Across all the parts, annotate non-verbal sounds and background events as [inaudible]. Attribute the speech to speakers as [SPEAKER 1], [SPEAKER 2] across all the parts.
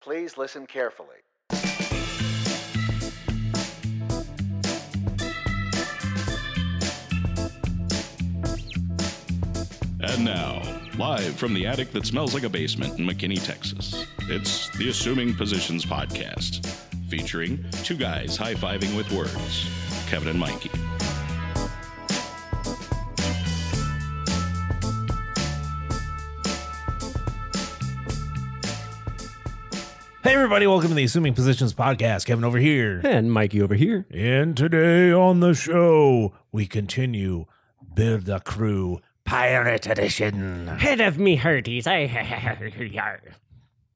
[SPEAKER 1] Please listen carefully.
[SPEAKER 2] And now, live from the attic that smells like a basement in McKinney, Texas, it's the Assuming Positions Podcast, featuring two guys high fiving with words Kevin and Mikey.
[SPEAKER 3] Hey, everybody, welcome to the Assuming Positions Podcast. Kevin over here.
[SPEAKER 4] And Mikey over here.
[SPEAKER 3] And today on the show, we continue Build a Crew Pirate Edition.
[SPEAKER 5] Head of me hearties.
[SPEAKER 4] [laughs]
[SPEAKER 5] I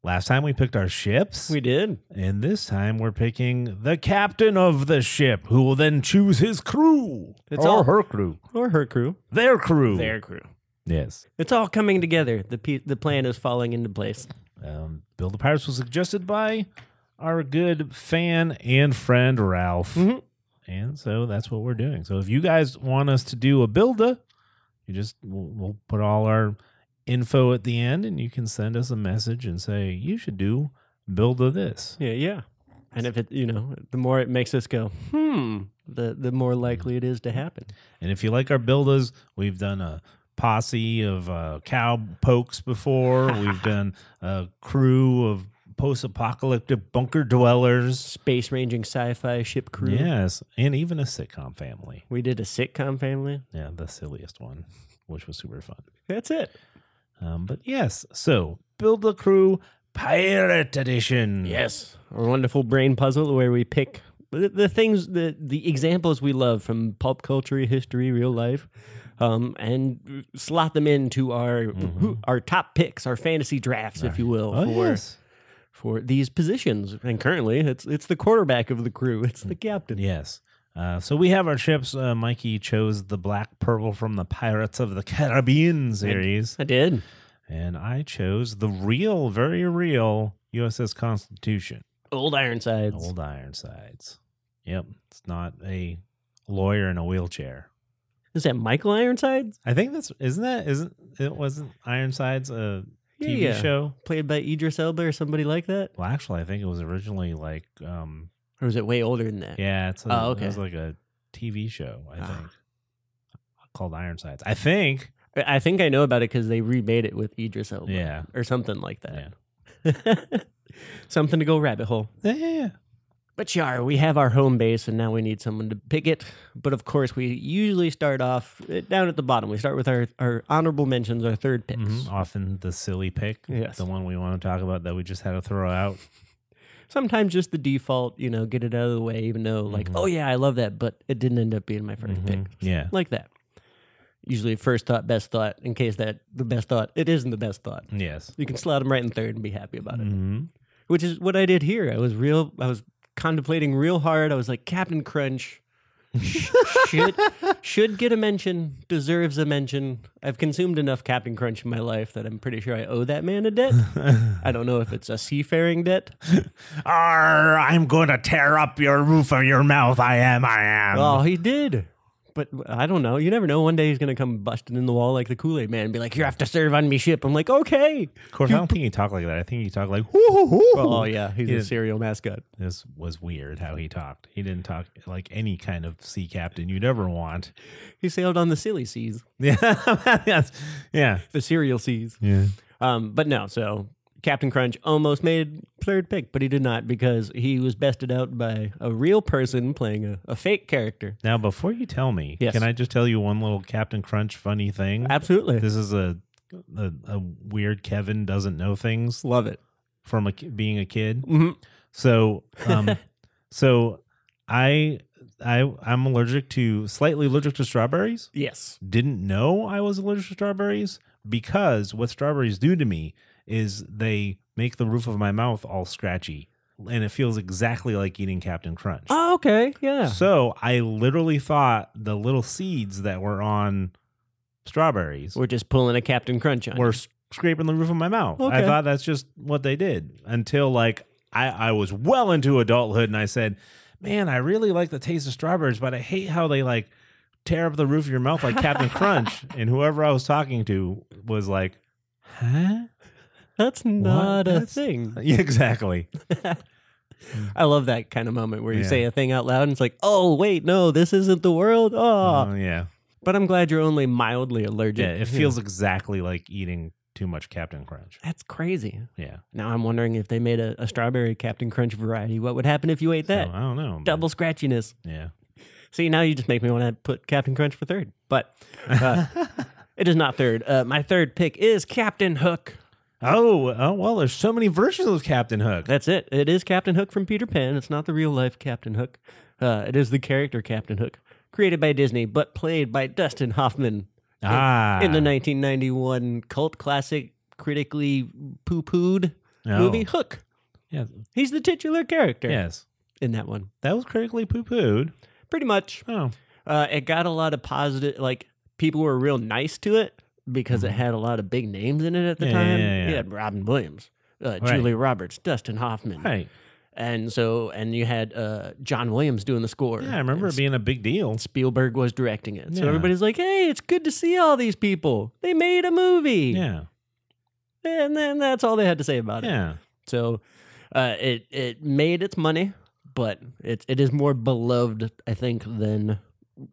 [SPEAKER 3] Last time we picked our ships,
[SPEAKER 4] We did.
[SPEAKER 3] and this time we're picking the captain of the ship, who will then choose his crew.
[SPEAKER 4] It's
[SPEAKER 3] or
[SPEAKER 4] all-
[SPEAKER 3] her crew.
[SPEAKER 4] Or her crew.
[SPEAKER 3] Their crew.
[SPEAKER 4] Their crew.
[SPEAKER 3] Yes.
[SPEAKER 4] It's all coming together. The pe- the plan is falling into place.
[SPEAKER 3] Um, Build the Pirates was suggested by our good fan and friend, Ralph.
[SPEAKER 4] Mhm.
[SPEAKER 3] And so that's what we're doing. So if you guys want us to do a builda, you just we'll, we'll put all our info at the end, and you can send us a message and say you should do builda this.
[SPEAKER 4] Yeah, yeah. And if it, you know, the more it makes us go, hmm, the the more likely it is to happen.
[SPEAKER 3] And if you like our buildas, we've done a posse of uh, cow pokes before. we've done a crew of post-apocalyptic bunker dwellers.
[SPEAKER 4] Space ranging sci-fi ship crew.
[SPEAKER 3] Yes, and even a sitcom family.
[SPEAKER 4] We did a sitcom family.
[SPEAKER 3] Yeah, the silliest one, which was super fun.
[SPEAKER 4] That's it.
[SPEAKER 3] Um, but yes, so build the crew pirate edition.
[SPEAKER 4] Yes. A wonderful brain puzzle where we pick the, the things, the, the examples we love from pop culture, history, real life, um, and slot them into our who- our top picks, our fantasy drafts, if you will,
[SPEAKER 3] Mm-hmm. Oh
[SPEAKER 4] for,
[SPEAKER 3] yes,
[SPEAKER 4] for these positions. And currently, it's it's the quarterback of the crew, it's the captain.
[SPEAKER 3] yes. Uh, so we have our ships. Uh, Mikey chose the black purple from the Pirates of the Caribbean series,
[SPEAKER 4] I did.
[SPEAKER 3] and I chose the real, very real USS Constitution,
[SPEAKER 4] Old Ironsides.
[SPEAKER 3] old Ironsides. Yep, it's not a lawyer in a wheelchair.
[SPEAKER 4] Is that Michael Ironsides?
[SPEAKER 3] I think that's isn't that isn't it wasn't Ironsides a
[SPEAKER 4] Yeah,
[SPEAKER 3] TV
[SPEAKER 4] yeah.
[SPEAKER 3] show?
[SPEAKER 4] Played by Idris Elba or somebody like that?
[SPEAKER 3] Well, actually, I think it was originally like, um,
[SPEAKER 4] Or is it way older than that?
[SPEAKER 3] yeah, it's a,
[SPEAKER 4] Oh,
[SPEAKER 3] it was
[SPEAKER 4] okay.
[SPEAKER 3] like a TV show, I
[SPEAKER 4] Ah.
[SPEAKER 3] think, called Ironsides. I think.
[SPEAKER 4] I I think I know about it because they remade it with Idris Elba.
[SPEAKER 3] Yeah.
[SPEAKER 4] Or something like Oh, that. [laughs] something to go rabbit hole.
[SPEAKER 3] Yeah, yeah, yeah.
[SPEAKER 4] But Yar, we have our home base and now we need someone to pick it. But of course, we usually start off eh, down at the bottom. We start with our, our honorable mentions, our third picks.
[SPEAKER 3] Mhm. Often the silly pick,
[SPEAKER 4] Yes.
[SPEAKER 3] the one we want to talk about that we just had to throw out.
[SPEAKER 4] Sometimes just the default, you know, get it out of the way, even though, like, oh yeah, I love that, but it didn't end up being my 1st pick.
[SPEAKER 3] Mm-hmm. Yeah,
[SPEAKER 4] Like that. Usually first thought, best thought, in case that the best thought, it isn't the best thought.
[SPEAKER 3] yes.
[SPEAKER 4] You can slot them right in third and be happy about it.
[SPEAKER 3] hmm
[SPEAKER 4] which is what I did here. I was real. I was contemplating real hard. I was like, Captain Crunch
[SPEAKER 3] [laughs]
[SPEAKER 4] sh- should should get a mention. Deserves a mention. I've consumed enough Captain Crunch in my life that I'm pretty sure I owe that man a debt. I don't know if it's a seafaring debt.
[SPEAKER 3] [laughs] Arr, I'm going to tear up your roof of your mouth. I am. I am.
[SPEAKER 4] Oh, he did. But I don't know. You never know. One day he's gonna come busting in the wall like the Kool Aid Man and be like, "You have to serve on me ship." I'm like, "Okay."
[SPEAKER 3] of course, I don't think he talked like that. I think he talked like, "Hoo, hoo, hoo, hoo."
[SPEAKER 4] Oh yeah, he's
[SPEAKER 3] Yeah.
[SPEAKER 4] a serial mascot.
[SPEAKER 3] This was weird how he talked. He didn't talk like any kind of sea captain you'd ever
[SPEAKER 4] [laughs]
[SPEAKER 3] want.
[SPEAKER 4] He sailed on the silly seas,
[SPEAKER 3] Yeah. [laughs] yes. Yeah.
[SPEAKER 4] the cereal seas.
[SPEAKER 3] Yeah.
[SPEAKER 4] Um, but no, so Captain Crunch almost made third pick, but he did not because he was bested out by a real person playing a, a fake character.
[SPEAKER 3] Now, before you tell me,
[SPEAKER 4] Yes.
[SPEAKER 3] can I just tell you one little Captain Crunch funny thing?
[SPEAKER 4] Absolutely.
[SPEAKER 3] Mm-hmm. This is a, a a weird Kevin doesn't know things
[SPEAKER 4] Love it.
[SPEAKER 3] from a, ki- being a kid.
[SPEAKER 4] Mhm.
[SPEAKER 3] So,
[SPEAKER 4] [laughs]
[SPEAKER 3] um, so I I I'm allergic to slightly allergic to strawberries.
[SPEAKER 4] Yes.
[SPEAKER 3] didn't know I was allergic to strawberries because what strawberries do to me is they make the roof of my mouth all scratchy and it feels exactly like eating Captain Crunch.
[SPEAKER 4] Oh, okay. Yeah.
[SPEAKER 3] So I literally thought the little seeds that were on strawberries were,
[SPEAKER 4] We're just pulling a Captain Crunch on. you.
[SPEAKER 3] s- scraping the roof of my mouth. I
[SPEAKER 4] Okay.
[SPEAKER 3] thought that's just what they did until like I, I was well into adulthood and I said, man, I really like the taste of strawberries, but I hate how they like tear up the roof of your mouth
[SPEAKER 4] [laughs]
[SPEAKER 3] like Captain Crunch. And whoever I was talking to was like, huh? [laughs]
[SPEAKER 4] That's not a
[SPEAKER 3] That's-
[SPEAKER 4] thing.
[SPEAKER 3] Yeah, exactly.
[SPEAKER 4] I love that kind of moment where you
[SPEAKER 3] Yeah.
[SPEAKER 4] say a thing out loud and it's like, oh, wait, no, this isn't the world. Oh.
[SPEAKER 3] Oh, yeah.
[SPEAKER 4] But I'm glad you're only mildly allergic.
[SPEAKER 3] Yeah, it feels exactly like eating too much Captain Crunch.
[SPEAKER 4] That's crazy.
[SPEAKER 3] Yeah.
[SPEAKER 4] Now I'm wondering if they made a, a strawberry Captain Crunch variety, what would happen if you ate that?
[SPEAKER 3] So, I don't know. but-
[SPEAKER 4] Double scratchiness.
[SPEAKER 3] Yeah.
[SPEAKER 4] See, now you just make me want to put Captain Crunch for third. But
[SPEAKER 3] [laughs]
[SPEAKER 4] uh, it is not third. Uh, my third pick is Captain Hook.
[SPEAKER 3] Oh, oh well, there's so many versions of Captain Hook.
[SPEAKER 4] That's it. It is Captain Hook from Peter Pan. It's not the real life Captain Hook. Uh, it is the character Captain Hook, created by Disney but played by Dustin Hoffman
[SPEAKER 3] ah,
[SPEAKER 4] in the 1991 cult classic, critically poo pooed
[SPEAKER 3] Oh,
[SPEAKER 4] movie Hook.
[SPEAKER 3] Yeah.
[SPEAKER 4] He's the titular character
[SPEAKER 3] Yes,
[SPEAKER 4] in that one,
[SPEAKER 3] that was critically poo pooed.
[SPEAKER 4] pretty much.
[SPEAKER 3] Oh,
[SPEAKER 4] Uh, it got a lot of positive, like people were real nice to it because it had a lot of big names in it at the
[SPEAKER 3] Mm-hmm. Yeah, yeah,
[SPEAKER 4] time.
[SPEAKER 3] yeah, yeah.
[SPEAKER 4] You had Robin Williams, uh,
[SPEAKER 3] Right.
[SPEAKER 4] Julia Roberts, Dustin Hoffman,
[SPEAKER 3] right.
[SPEAKER 4] and so and you had uh, John Williams doing the score.
[SPEAKER 3] Yeah, I remember
[SPEAKER 4] and
[SPEAKER 3] it being a big deal.
[SPEAKER 4] Spielberg was directing it, so
[SPEAKER 3] Yeah.
[SPEAKER 4] everybody's like, "Hey, it's good to see all these people. They made a movie."
[SPEAKER 3] Yeah,
[SPEAKER 4] and then that's all they had to say about it.
[SPEAKER 3] yeah.
[SPEAKER 4] So uh, it it made its money, but it it is more beloved, I think, than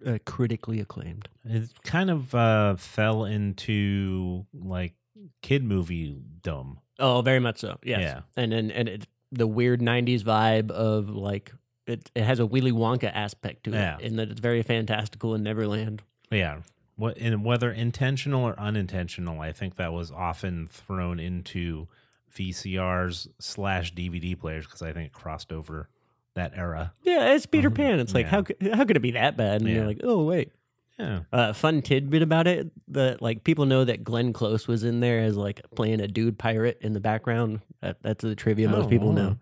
[SPEAKER 4] uh, critically acclaimed.
[SPEAKER 3] It kind of uh, fell into like kid movie dumb.
[SPEAKER 4] Oh, very much so. Yes.
[SPEAKER 3] Yeah.
[SPEAKER 4] And and and it, the weird '90s vibe of like it it has a Willy Wonka aspect to it,
[SPEAKER 3] Yeah.
[SPEAKER 4] in that it's very fantastical in Neverland.
[SPEAKER 3] Yeah. What and whether intentional or unintentional, I think that was often thrown into VCRs slash DVD players because I think it crossed over that era.
[SPEAKER 4] Um, Yeah, it's Peter
[SPEAKER 3] Mhm.
[SPEAKER 4] Pan. It's like
[SPEAKER 3] Yeah.
[SPEAKER 4] how could, how could it be that bad? And
[SPEAKER 3] Yeah.
[SPEAKER 4] you're like, oh wait.
[SPEAKER 3] Yeah.
[SPEAKER 4] Uh, fun tidbit about it that like people know that Glenn Close was in there as like playing a dude pirate in the background. That, that's the trivia
[SPEAKER 3] Oh,
[SPEAKER 4] most people
[SPEAKER 3] wow.
[SPEAKER 4] know.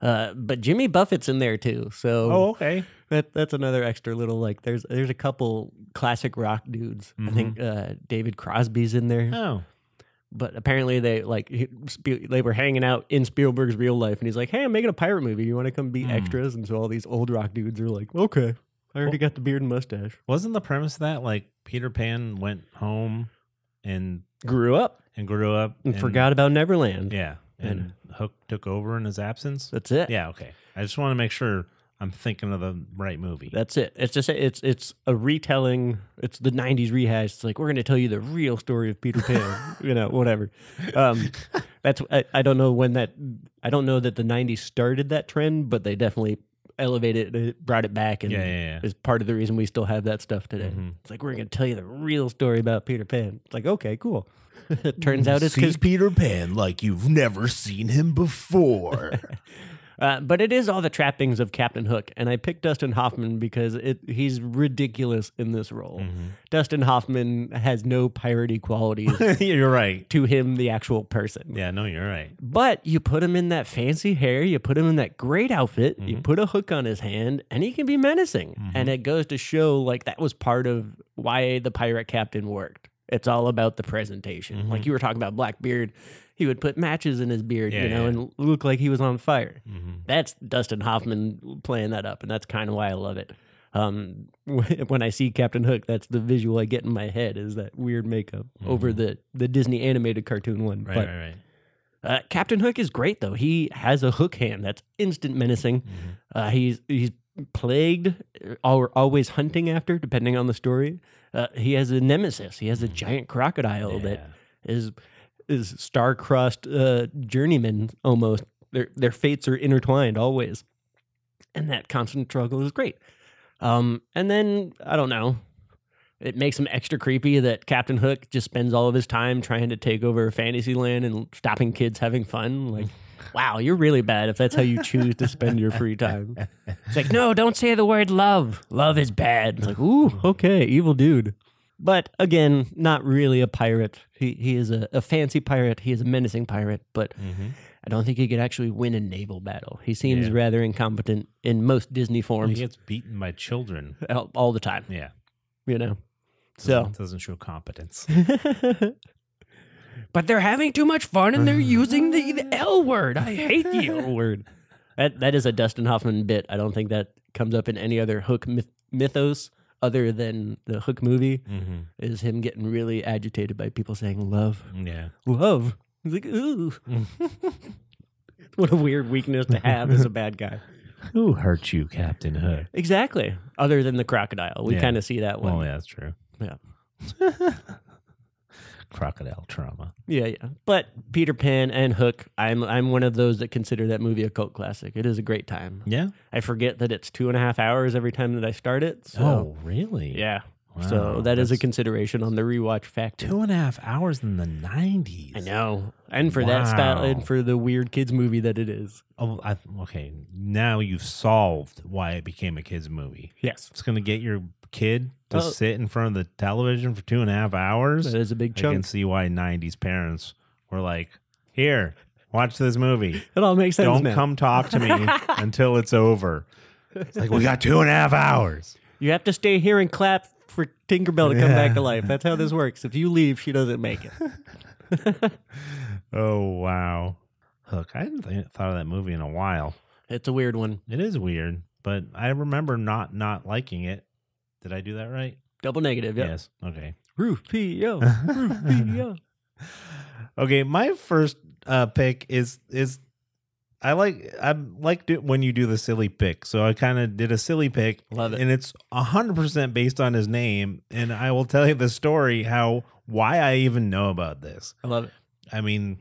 [SPEAKER 4] Uh, but Jimmy Buffett's in there too, so
[SPEAKER 3] Oh,
[SPEAKER 4] [laughs]
[SPEAKER 3] okay.
[SPEAKER 4] that that's another extra little like. There's there's a couple classic rock dudes. I think uh, David Crosby's in there,
[SPEAKER 3] Oh,
[SPEAKER 4] but apparently they like he- Spiel- they were hanging out in Spielberg's real life, and he's like, "Hey, I'm making a pirate movie. You want to come be
[SPEAKER 3] Hmm.
[SPEAKER 4] extras?" And so all these old rock dudes are like, "Okay, I already got the beard and mustache.
[SPEAKER 3] wasn't the premise of that like Peter Pan went home and
[SPEAKER 4] Grew up."
[SPEAKER 3] and grew up
[SPEAKER 4] and forgot about Neverland.
[SPEAKER 3] Yeah, and
[SPEAKER 4] Mm-hmm.
[SPEAKER 3] Hook took over in his absence.
[SPEAKER 4] That's it.
[SPEAKER 3] Yeah, okay. I just want to make sure I'm thinking of the right movie.
[SPEAKER 4] That's it. It's just it's it's a retelling. It's the '90s rehash. It's like we're going to tell you the real story of Peter Pan. [laughs] you know, whatever.
[SPEAKER 3] [laughs]
[SPEAKER 4] Um, that's I, I don't know when that. I don't know that the '90s started that trend, but they definitely elevated it, brought it back, and
[SPEAKER 3] yeah, yeah, yeah.
[SPEAKER 4] is part of the reason we still have that stuff today.
[SPEAKER 3] Mhm.
[SPEAKER 4] It's like we're going to tell you the real story about Peter Pan. It's like okay, cool. [laughs] it turns
[SPEAKER 3] Mm-hmm.
[SPEAKER 4] out it's because
[SPEAKER 3] Peter Pan like you've never seen him
[SPEAKER 4] [laughs]
[SPEAKER 3] before.
[SPEAKER 4] Uh, but it is all the trappings of Captain Hook, and I picked Dustin Hoffman because it, he's ridiculous in this role.
[SPEAKER 3] Mm-hmm.
[SPEAKER 4] Dustin Hoffman has no
[SPEAKER 3] [laughs]
[SPEAKER 4] piratey
[SPEAKER 3] [laughs]
[SPEAKER 4] qualities
[SPEAKER 3] you're right.
[SPEAKER 4] to him, the actual person.
[SPEAKER 3] Yeah, no, you're right.
[SPEAKER 4] But you put him in that fancy hair, you put him in that great outfit, you
[SPEAKER 3] Mm-hmm.
[SPEAKER 4] put a hook on his hand, and he can be menacing. And it goes to show like that was part of why the pirate captain worked. It's all about the presentation. Like you were talking about Blackbeard, he would put matches in his beard,
[SPEAKER 3] Mm-hmm. Yeah,
[SPEAKER 4] you know,
[SPEAKER 3] yeah.
[SPEAKER 4] and look like he was on fire
[SPEAKER 3] hmm
[SPEAKER 4] that's Dustin Hoffman playing that up, and that's kind of why I love it. Um, [laughs] when I see Captain Hook, that's the visual I get in my head is that weird makeup over the the Disney animated cartoon one.
[SPEAKER 3] Mm-hmm. Right,
[SPEAKER 4] but
[SPEAKER 3] right, right.
[SPEAKER 4] Uh, Captain Hook is great though. He has a hook hand that's instant menacing.
[SPEAKER 3] Mm-hmm.
[SPEAKER 4] Uh, he's he's plagued or always hunting after, depending on the story. Uh, he has a nemesis. He has a giant crocodile that
[SPEAKER 3] Mm. Yeah.
[SPEAKER 4] is is star-crossed uh, journeymen almost. Their their fates are intertwined always, and that constant struggle is great. Um, and then I don't know. It makes him extra creepy that Captain Hook just spends all of his time trying to take over Fantasyland and stopping kids having fun. Like, wow, you're really bad if that's how you choose to spend your free time. It's like, no, don't say the word love. Love is bad. It's like, ooh, okay, evil dude. But again, not really a pirate. He he is a, a fancy pirate. He is a menacing pirate, but
[SPEAKER 3] Mhm.
[SPEAKER 4] I don't think he could actually win a naval battle. He seems
[SPEAKER 3] Yeah.
[SPEAKER 4] rather incompetent in most Disney
[SPEAKER 3] He
[SPEAKER 4] forms
[SPEAKER 3] gets beaten by
[SPEAKER 4] [laughs]
[SPEAKER 3] children.
[SPEAKER 4] all, all the time,
[SPEAKER 3] Yeah.
[SPEAKER 4] you know.
[SPEAKER 3] Doesn't-
[SPEAKER 4] So,
[SPEAKER 3] doesn't show competence.
[SPEAKER 4] [laughs] but they're having too much fun and they're
[SPEAKER 3] Mm-hmm.
[SPEAKER 4] using the, the L word. I hate [laughs] the
[SPEAKER 5] you.
[SPEAKER 3] [laughs]
[SPEAKER 4] L word. That that is a Dustin Hoffman bit. I don't think that comes up in any other Hook myth- mythos other than the Hook movie.
[SPEAKER 3] hmm
[SPEAKER 4] Is him getting really agitated by people saying love,
[SPEAKER 3] Yeah.
[SPEAKER 4] love. He's like, ooh. [laughs] what a weird weakness to have as a bad guy.
[SPEAKER 3] Who hurt you, Captain Hook?
[SPEAKER 4] Exactly. Other than the crocodile. We
[SPEAKER 3] Yeah.
[SPEAKER 4] kind of see that one.
[SPEAKER 3] Well, yeah, that's true.
[SPEAKER 4] Yeah.
[SPEAKER 3] Crocodile trauma.
[SPEAKER 4] Yeah, yeah. But Peter Pan and Hook, I'm I'm one of those that consider that movie a cult classic. It is a great time.
[SPEAKER 3] Yeah.
[SPEAKER 4] I forget that it's two and a half hours every time that I start it. So
[SPEAKER 3] oh, really?
[SPEAKER 4] yeah.
[SPEAKER 3] Wow,
[SPEAKER 4] so that is a
[SPEAKER 3] that's
[SPEAKER 4] consideration on the rewatch factor.
[SPEAKER 3] two and a half hours in the nineties.
[SPEAKER 4] I know. And for that style
[SPEAKER 3] Wow.
[SPEAKER 4] and for the weird kids movie that it is.
[SPEAKER 3] Oh, I, okay. Now you've solved why it became a kids movie.
[SPEAKER 4] Yes.
[SPEAKER 3] It's gonna get your kid to
[SPEAKER 4] Oh.
[SPEAKER 3] sit in front of the television for two and a half hours.
[SPEAKER 4] That is a
[SPEAKER 3] I
[SPEAKER 4] big
[SPEAKER 3] can
[SPEAKER 4] chunk.
[SPEAKER 3] see why '90s parents were like, "Here, watch this
[SPEAKER 4] [laughs]
[SPEAKER 3] movie.
[SPEAKER 4] It all makes sense.
[SPEAKER 3] Don't
[SPEAKER 4] now.
[SPEAKER 3] come talk
[SPEAKER 4] [laughs]
[SPEAKER 3] to me until it's over." It's like we got two and a half
[SPEAKER 4] [laughs]
[SPEAKER 3] hours.
[SPEAKER 4] You have to stay here and clap for Tinkerbell to come back to life. That's how this works. If you leave, she doesn't make it.
[SPEAKER 3] Oh wow, Hook. I hadn't th- thought of that movie in a while.
[SPEAKER 4] It's a weird one.
[SPEAKER 3] It is weird, but I remember not not liking it. Did I do that right?
[SPEAKER 4] Double negative. Yep.
[SPEAKER 3] Yes.
[SPEAKER 4] [laughs]
[SPEAKER 3] E, Okay.
[SPEAKER 4] Rufio.
[SPEAKER 3] E,
[SPEAKER 4] Rufio.
[SPEAKER 3] [laughs] okay, my first uh, pick is is I like I like do, when you do the silly pick. So I kind of did a silly pick,
[SPEAKER 4] Love it.
[SPEAKER 3] and it's hundred percent based on his name. And I will tell you the story how why I even know about this.
[SPEAKER 4] I love it.
[SPEAKER 3] I mean,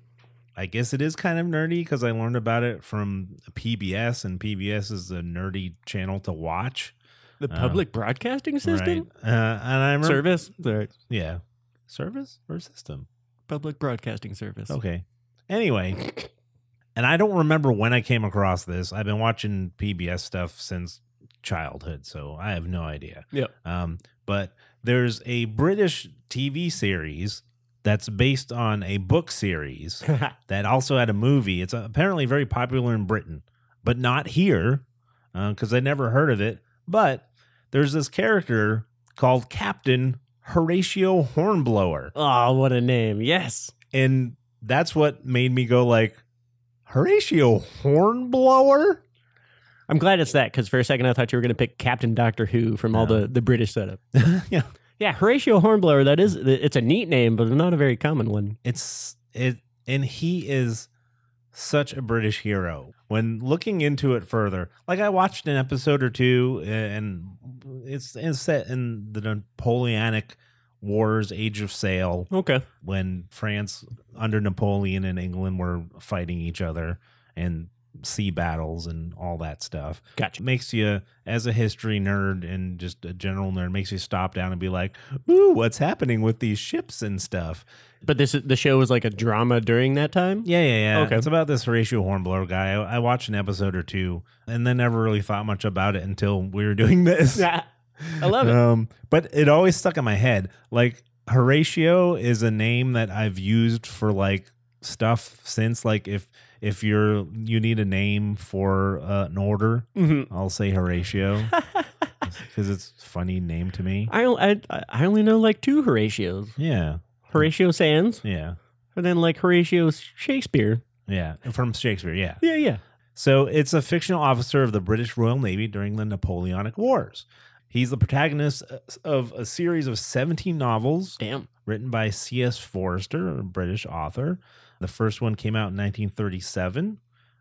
[SPEAKER 3] I guess it is kind of nerdy because I learned about it from PBS, and PBS is a nerdy channel to watch.
[SPEAKER 4] The
[SPEAKER 3] Um,
[SPEAKER 4] public broadcasting system
[SPEAKER 3] Right? Uh, and I remember,
[SPEAKER 4] service. Sorry.
[SPEAKER 3] yeah, service or system.
[SPEAKER 4] Public broadcasting service.
[SPEAKER 3] Okay. Anyway, and I don't remember when I came across this. I've been watching PBS stuff since childhood, so I have no idea.
[SPEAKER 4] Yep.
[SPEAKER 3] Um, but there's a British TV series that's based on a book series [laughs] that also had a movie. It's uh, apparently very popular in Britain, but not here because I never heard of it. But there's this character called Captain Horatio Hornblower
[SPEAKER 4] oh, what a name. Yes.
[SPEAKER 3] and that's what made me go like Horatio Hornblower. [laughs]
[SPEAKER 4] I'm glad it's that because for a second I thought you were going to pick Captain Doctor Who from all
[SPEAKER 3] No.
[SPEAKER 4] the, the British setup.
[SPEAKER 3] yeah,
[SPEAKER 4] Yeah, Horatio Hornblower. That is, it's a neat name, but not a very common one.
[SPEAKER 3] it's it, and he is such a British hero. When looking into it further, like I watched an episode or two, and it's, it's set in the Napoleonic Wars, Age of Sail.
[SPEAKER 4] Okay.
[SPEAKER 3] when France under Napoleon and England were fighting each other and sea battles and all that stuff.
[SPEAKER 4] Gotcha.
[SPEAKER 3] Makes you, as a history nerd and just a general nerd, makes you stop down and be like, ooh, what's happening with these ships and stuff?
[SPEAKER 4] But this is, the show was like a drama during that time?
[SPEAKER 3] Yeah, yeah, yeah.
[SPEAKER 4] Okay.
[SPEAKER 3] It's about this Horatio Hornblower guy. I, I watched an episode or two and then never really thought much about it until we were doing [laughs] this.
[SPEAKER 4] [laughs] Yeah. I love it.
[SPEAKER 3] Um, but it always stuck in my head. Like Horatio is a name that I've used for like stuff since. Like if if you're you need a name for uh, an order,
[SPEAKER 4] Mhm.
[SPEAKER 3] I'll say Horatio because it's a funny name to
[SPEAKER 4] [laughs]
[SPEAKER 3] me.
[SPEAKER 4] I, I I only know like two Horatios:
[SPEAKER 3] Yeah,
[SPEAKER 4] Horatio Sands,
[SPEAKER 3] yeah,
[SPEAKER 4] and then like Horatio Shakespeare.
[SPEAKER 3] yeah. From Shakespeare, yeah.
[SPEAKER 4] Yeah, yeah.
[SPEAKER 3] So it's a fictional officer of the British Royal Navy during the Napoleonic Wars. He's the protagonist uh, of a series of 17 novels
[SPEAKER 4] Damn.
[SPEAKER 3] written by C.S. Forrester, a British author. The first one came out in 1937.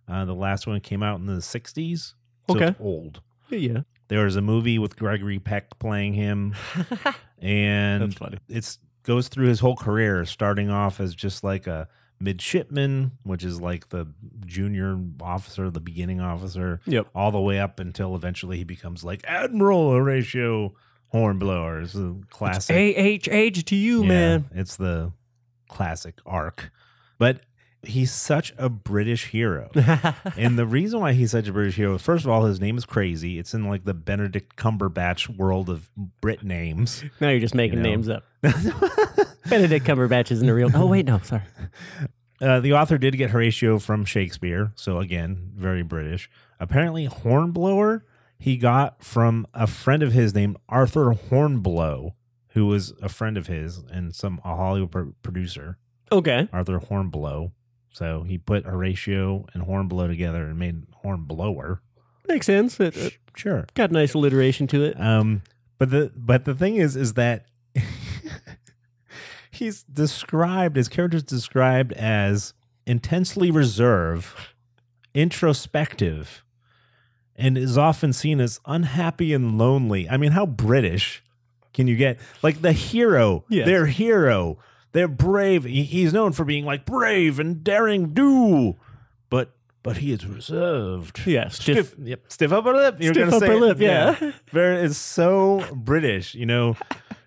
[SPEAKER 3] Uh, the last one came out in the 60s. So
[SPEAKER 4] Okay.
[SPEAKER 3] it's old.
[SPEAKER 4] [laughs] Yeah,
[SPEAKER 3] There was a movie with Gregory Peck playing him,
[SPEAKER 4] yeah.
[SPEAKER 3] and
[SPEAKER 4] That's funny.
[SPEAKER 3] it's goes through his whole career, starting off as just like a midshipman, which is like the junior officer, the beginning officer,
[SPEAKER 4] Yep.
[SPEAKER 3] all the way up until eventually he becomes like Admiral Horatio Hornblower. It's a classic.
[SPEAKER 4] AHH to you,
[SPEAKER 3] Yeah,
[SPEAKER 4] man.
[SPEAKER 3] It's the classic arc. But he's such a British [laughs] hero. and the reason why he's such a British hero, first of all, his name is crazy. It's in like the Benedict Cumberbatch world of Brit names.
[SPEAKER 4] [laughs] now you're just making
[SPEAKER 3] You know.
[SPEAKER 4] names up. [laughs] Benedict Cumberbatch isn't a [laughs] real. Oh wait, no, sorry.
[SPEAKER 3] Uh, the author did get Horatio from Shakespeare, so again, very British. Apparently, Hornblower he got from a friend of his named Arthur Hornblow, who was a friend of his and some a Hollywood pro- producer.
[SPEAKER 4] Okay.
[SPEAKER 3] Arthur Hornblow. So he put Horatio and Hornblow together and made Hornblower.
[SPEAKER 4] Makes sense. It, it
[SPEAKER 3] Sure.
[SPEAKER 4] got nice Uh, alliteration to it.
[SPEAKER 3] Um, but the but the thing is, is that [laughs] he's described his character's described as intensely reserved, introspective, and is often seen as unhappy and lonely. I mean, how British can you get? Like the hero,
[SPEAKER 4] Yes.
[SPEAKER 3] their hero, they're brave. He- he's known for being like brave and daring do, but but he is reserved.
[SPEAKER 4] Yes,
[SPEAKER 3] Stiff, yep, stiff upper lip. You're
[SPEAKER 4] Stiff
[SPEAKER 3] gonna say
[SPEAKER 4] upper
[SPEAKER 3] it.
[SPEAKER 4] lip, yeah.
[SPEAKER 3] Very, it's so British, you know.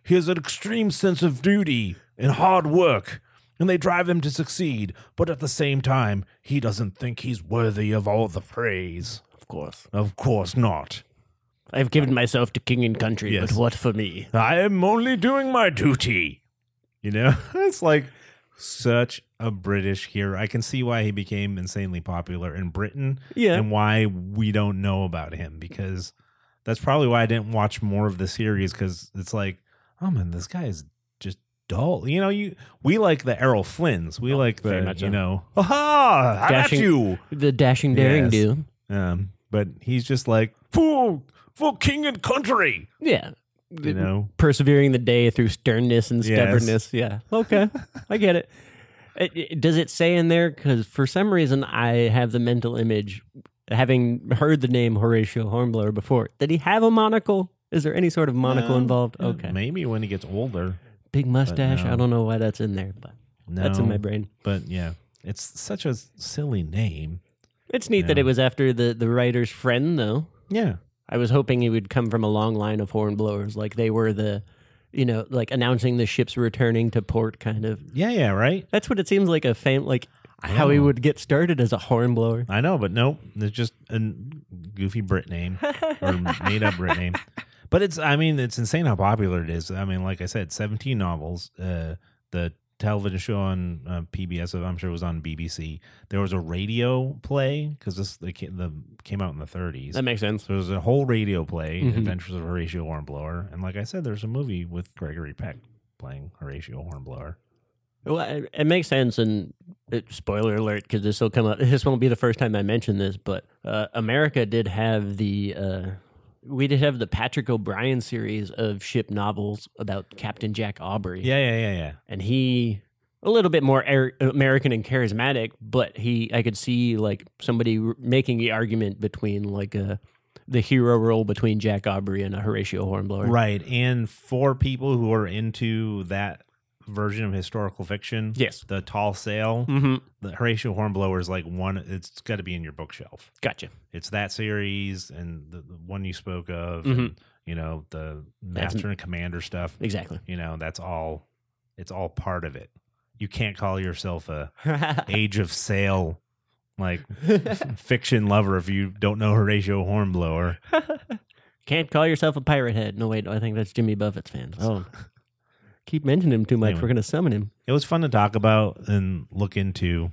[SPEAKER 3] He has an extreme sense of duty and hard work, and they drive him to succeed. But at the same time, he doesn't think he's worthy of all the praise.
[SPEAKER 4] [laughs] of course.
[SPEAKER 3] Of course not.
[SPEAKER 4] I've given myself to king and country,
[SPEAKER 3] Yes.
[SPEAKER 4] but what for me?
[SPEAKER 3] I am only doing my duty. You know, [laughs] it's like such a British hero. I can see why he became insanely popular in Britain.
[SPEAKER 4] Yeah.
[SPEAKER 3] and why we don't know about him because that's probably why I didn't watch more of the series because it's like, oh man, this guy is just dull. You know, you we like the Errol Flynn's, we like
[SPEAKER 4] Oh, very
[SPEAKER 3] the
[SPEAKER 4] much
[SPEAKER 3] you
[SPEAKER 4] so.
[SPEAKER 3] know, aha, I got
[SPEAKER 4] Dashing-
[SPEAKER 3] you.
[SPEAKER 4] the dashing daring
[SPEAKER 3] Yes.
[SPEAKER 4] do.
[SPEAKER 3] Um, but he's just like fool for king and country,
[SPEAKER 4] Yeah. The-
[SPEAKER 3] you know.
[SPEAKER 4] Persevering the day through sternness and
[SPEAKER 3] Yes.
[SPEAKER 4] stubbornness. Yeah.
[SPEAKER 3] [laughs]
[SPEAKER 4] Okay. I get it. It- it- Does it say in there? Because for some reason, I have the mental image, having heard the name Horatio Hornblower before. Did he have a monocle? Is there any sort of monocle
[SPEAKER 3] No.
[SPEAKER 4] involved?
[SPEAKER 3] Yeah,
[SPEAKER 4] Okay.
[SPEAKER 3] maybe when he gets older.
[SPEAKER 4] Big mustache.
[SPEAKER 3] no.
[SPEAKER 4] I don't know why that's in there, but
[SPEAKER 3] No,
[SPEAKER 4] that's in my brain.
[SPEAKER 3] But yeah, it's such a silly name.
[SPEAKER 4] It's neat that
[SPEAKER 3] Yeah.
[SPEAKER 4] it was after the, the writer's friend, though.
[SPEAKER 3] Yeah,
[SPEAKER 4] I was hoping he would come from a long line of hornblowers, like they were the, you know, like announcing the ships returning to port, kind of.
[SPEAKER 3] yeah, yeah. Right.
[SPEAKER 4] That's what it seems like a fame, like how he
[SPEAKER 3] know.
[SPEAKER 4] would get started as a hornblower.
[SPEAKER 3] I know, but nope. It's just a goofy Brit name
[SPEAKER 4] [laughs]
[SPEAKER 3] or made up Brit name. But it's, I mean, it's insane how popular it is. I mean, like I said, 17 novels. Uh, the television show on uh, PBS, I'm sure it was on BBC. There was a radio play because this they came, the, came out in the 30s.
[SPEAKER 4] That makes sense.
[SPEAKER 3] so there's a whole radio play,
[SPEAKER 4] Mhm.
[SPEAKER 3] Adventures of Horatio Hornblower. And like I said, there's a movie with Gregory Peck playing Horatio Hornblower.
[SPEAKER 4] Well, it, it makes sense. And it, spoiler alert, because this will come up. This won't be the first time I mention this, but uh, America did have the. Uh, we did have the Patrick O'Brien series of ship novels about Captain Jack Aubrey.
[SPEAKER 3] Yeah, yeah, yeah, yeah.
[SPEAKER 4] and he a little bit more Ar- American and charismatic, but he I could see like somebody r- making the argument between like a the hero role between Jack Aubrey and a Horatio Hornblower.
[SPEAKER 3] Right. And for people who are into that version of historical fiction,
[SPEAKER 4] Yes.
[SPEAKER 3] the tall sail,
[SPEAKER 4] Mm-hmm.
[SPEAKER 3] the Horatio Hornblower is like one, it's got to be in your bookshelf.
[SPEAKER 4] Gotcha.
[SPEAKER 3] It's that series and the, the one you spoke of,
[SPEAKER 4] Mhm.
[SPEAKER 3] and, you know, the
[SPEAKER 4] That's-
[SPEAKER 3] master and commander stuff, [laughs]
[SPEAKER 4] Exactly.
[SPEAKER 3] you know, that's all, it's all part of it. You can't call yourself a age of sail
[SPEAKER 4] [laughs]
[SPEAKER 3] like fiction lover if you don't know Horatio Hornblower.
[SPEAKER 4] Can't call yourself a pirate head. No wait, I think that's Jimmy Buffett's fans. Oh. Keep mentioning him too much.
[SPEAKER 3] Anyway.
[SPEAKER 4] We're gonna summon him.
[SPEAKER 3] it was fun to talk about and look into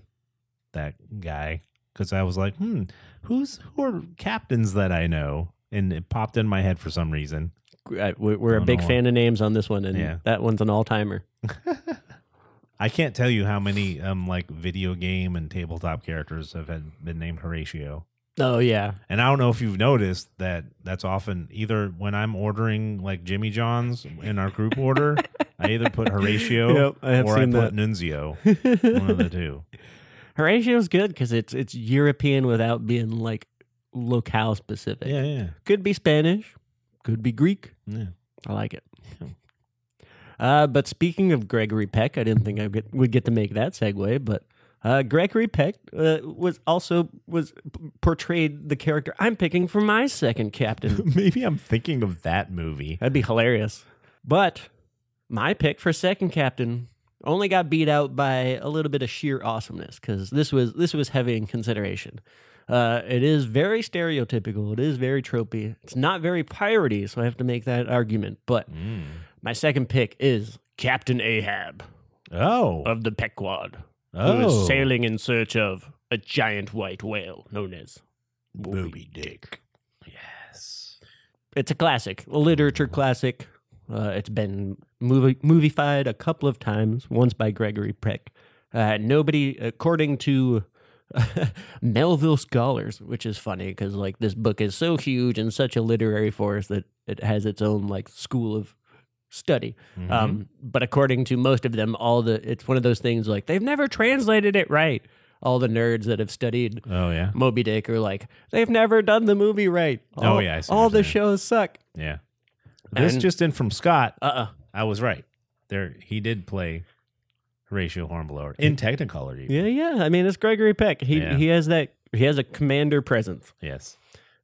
[SPEAKER 3] that guy because I was like, hmm, who's who are captains that I know? And it popped in my head for some reason.
[SPEAKER 4] I- uh, We're we're a
[SPEAKER 3] Don't
[SPEAKER 4] big
[SPEAKER 3] know.
[SPEAKER 4] fan of names on this one, and
[SPEAKER 3] Yeah.
[SPEAKER 4] that one's an all timer.
[SPEAKER 3] I can't tell you how many um like video game and tabletop characters have had been named Horatio.
[SPEAKER 4] Oh yeah,
[SPEAKER 3] And I don't know if you've noticed that that's often either when I'm ordering like Jimmy John's in our group [laughs] order, I either put Horatio
[SPEAKER 4] [laughs] Yep, I have
[SPEAKER 3] or I
[SPEAKER 4] seen
[SPEAKER 3] put
[SPEAKER 4] that.
[SPEAKER 3] Nunzio. One of [laughs] the two.
[SPEAKER 4] [laughs] Horatio's good because it's it's European without being like locale specific.
[SPEAKER 3] Yeah, yeah.
[SPEAKER 4] Could be Spanish, could be Greek.
[SPEAKER 3] yeah.
[SPEAKER 4] I like it. Uh, but speaking of Gregory Peck, I didn't think I get, would get to make that segue, but uh, Gregory Peck uh, was also was p- portrayed the character I'm picking for my second
[SPEAKER 3] [laughs]
[SPEAKER 4] captain.
[SPEAKER 3] [laughs] Maybe I'm thinking of that movie.
[SPEAKER 4] That'd be hilarious. But my pick for second captain only got beat out by a little bit of sheer awesomeness because this was this was heavy in consideration. Uh, it is very stereotypical. It is very tropey. It's not very piratey, so I have to make that argument. But
[SPEAKER 3] Mm.
[SPEAKER 4] my second pick is Captain Ahab
[SPEAKER 3] Oh,
[SPEAKER 4] of the Pequod, who
[SPEAKER 3] oh,
[SPEAKER 4] is sailing in search of a giant white whale known as
[SPEAKER 3] Moby Dick. Yes.
[SPEAKER 4] it's a classic, a literature classic. Uh, it's been movie moviefied a couple of times. Once by Gregory Peck. Uh, nobody, according to [laughs] Melville scholars, which is funny because like this book is so huge and such a literary force that it has its own like school of study.
[SPEAKER 3] Mm-hmm.
[SPEAKER 4] Um, but according to most of them, all the it's one of those things like they've never translated it right. All the nerds that have studied
[SPEAKER 3] oh yeah,
[SPEAKER 4] Moby Dick are like they've never done the movie right.
[SPEAKER 3] Oh,
[SPEAKER 4] All-
[SPEAKER 3] yeah, I see what
[SPEAKER 4] all
[SPEAKER 3] you're
[SPEAKER 4] the
[SPEAKER 3] saying.
[SPEAKER 4] shows suck.
[SPEAKER 3] yeah. This
[SPEAKER 4] And-
[SPEAKER 3] just in from Scott.
[SPEAKER 4] Uh uh
[SPEAKER 3] I was right. There, he did play Horatio Hornblower in Technicolor. Even.
[SPEAKER 4] Yeah, yeah. I mean, it's Gregory Peck. He
[SPEAKER 3] Yeah.
[SPEAKER 4] he has that. He has a commander presence.
[SPEAKER 3] Yes.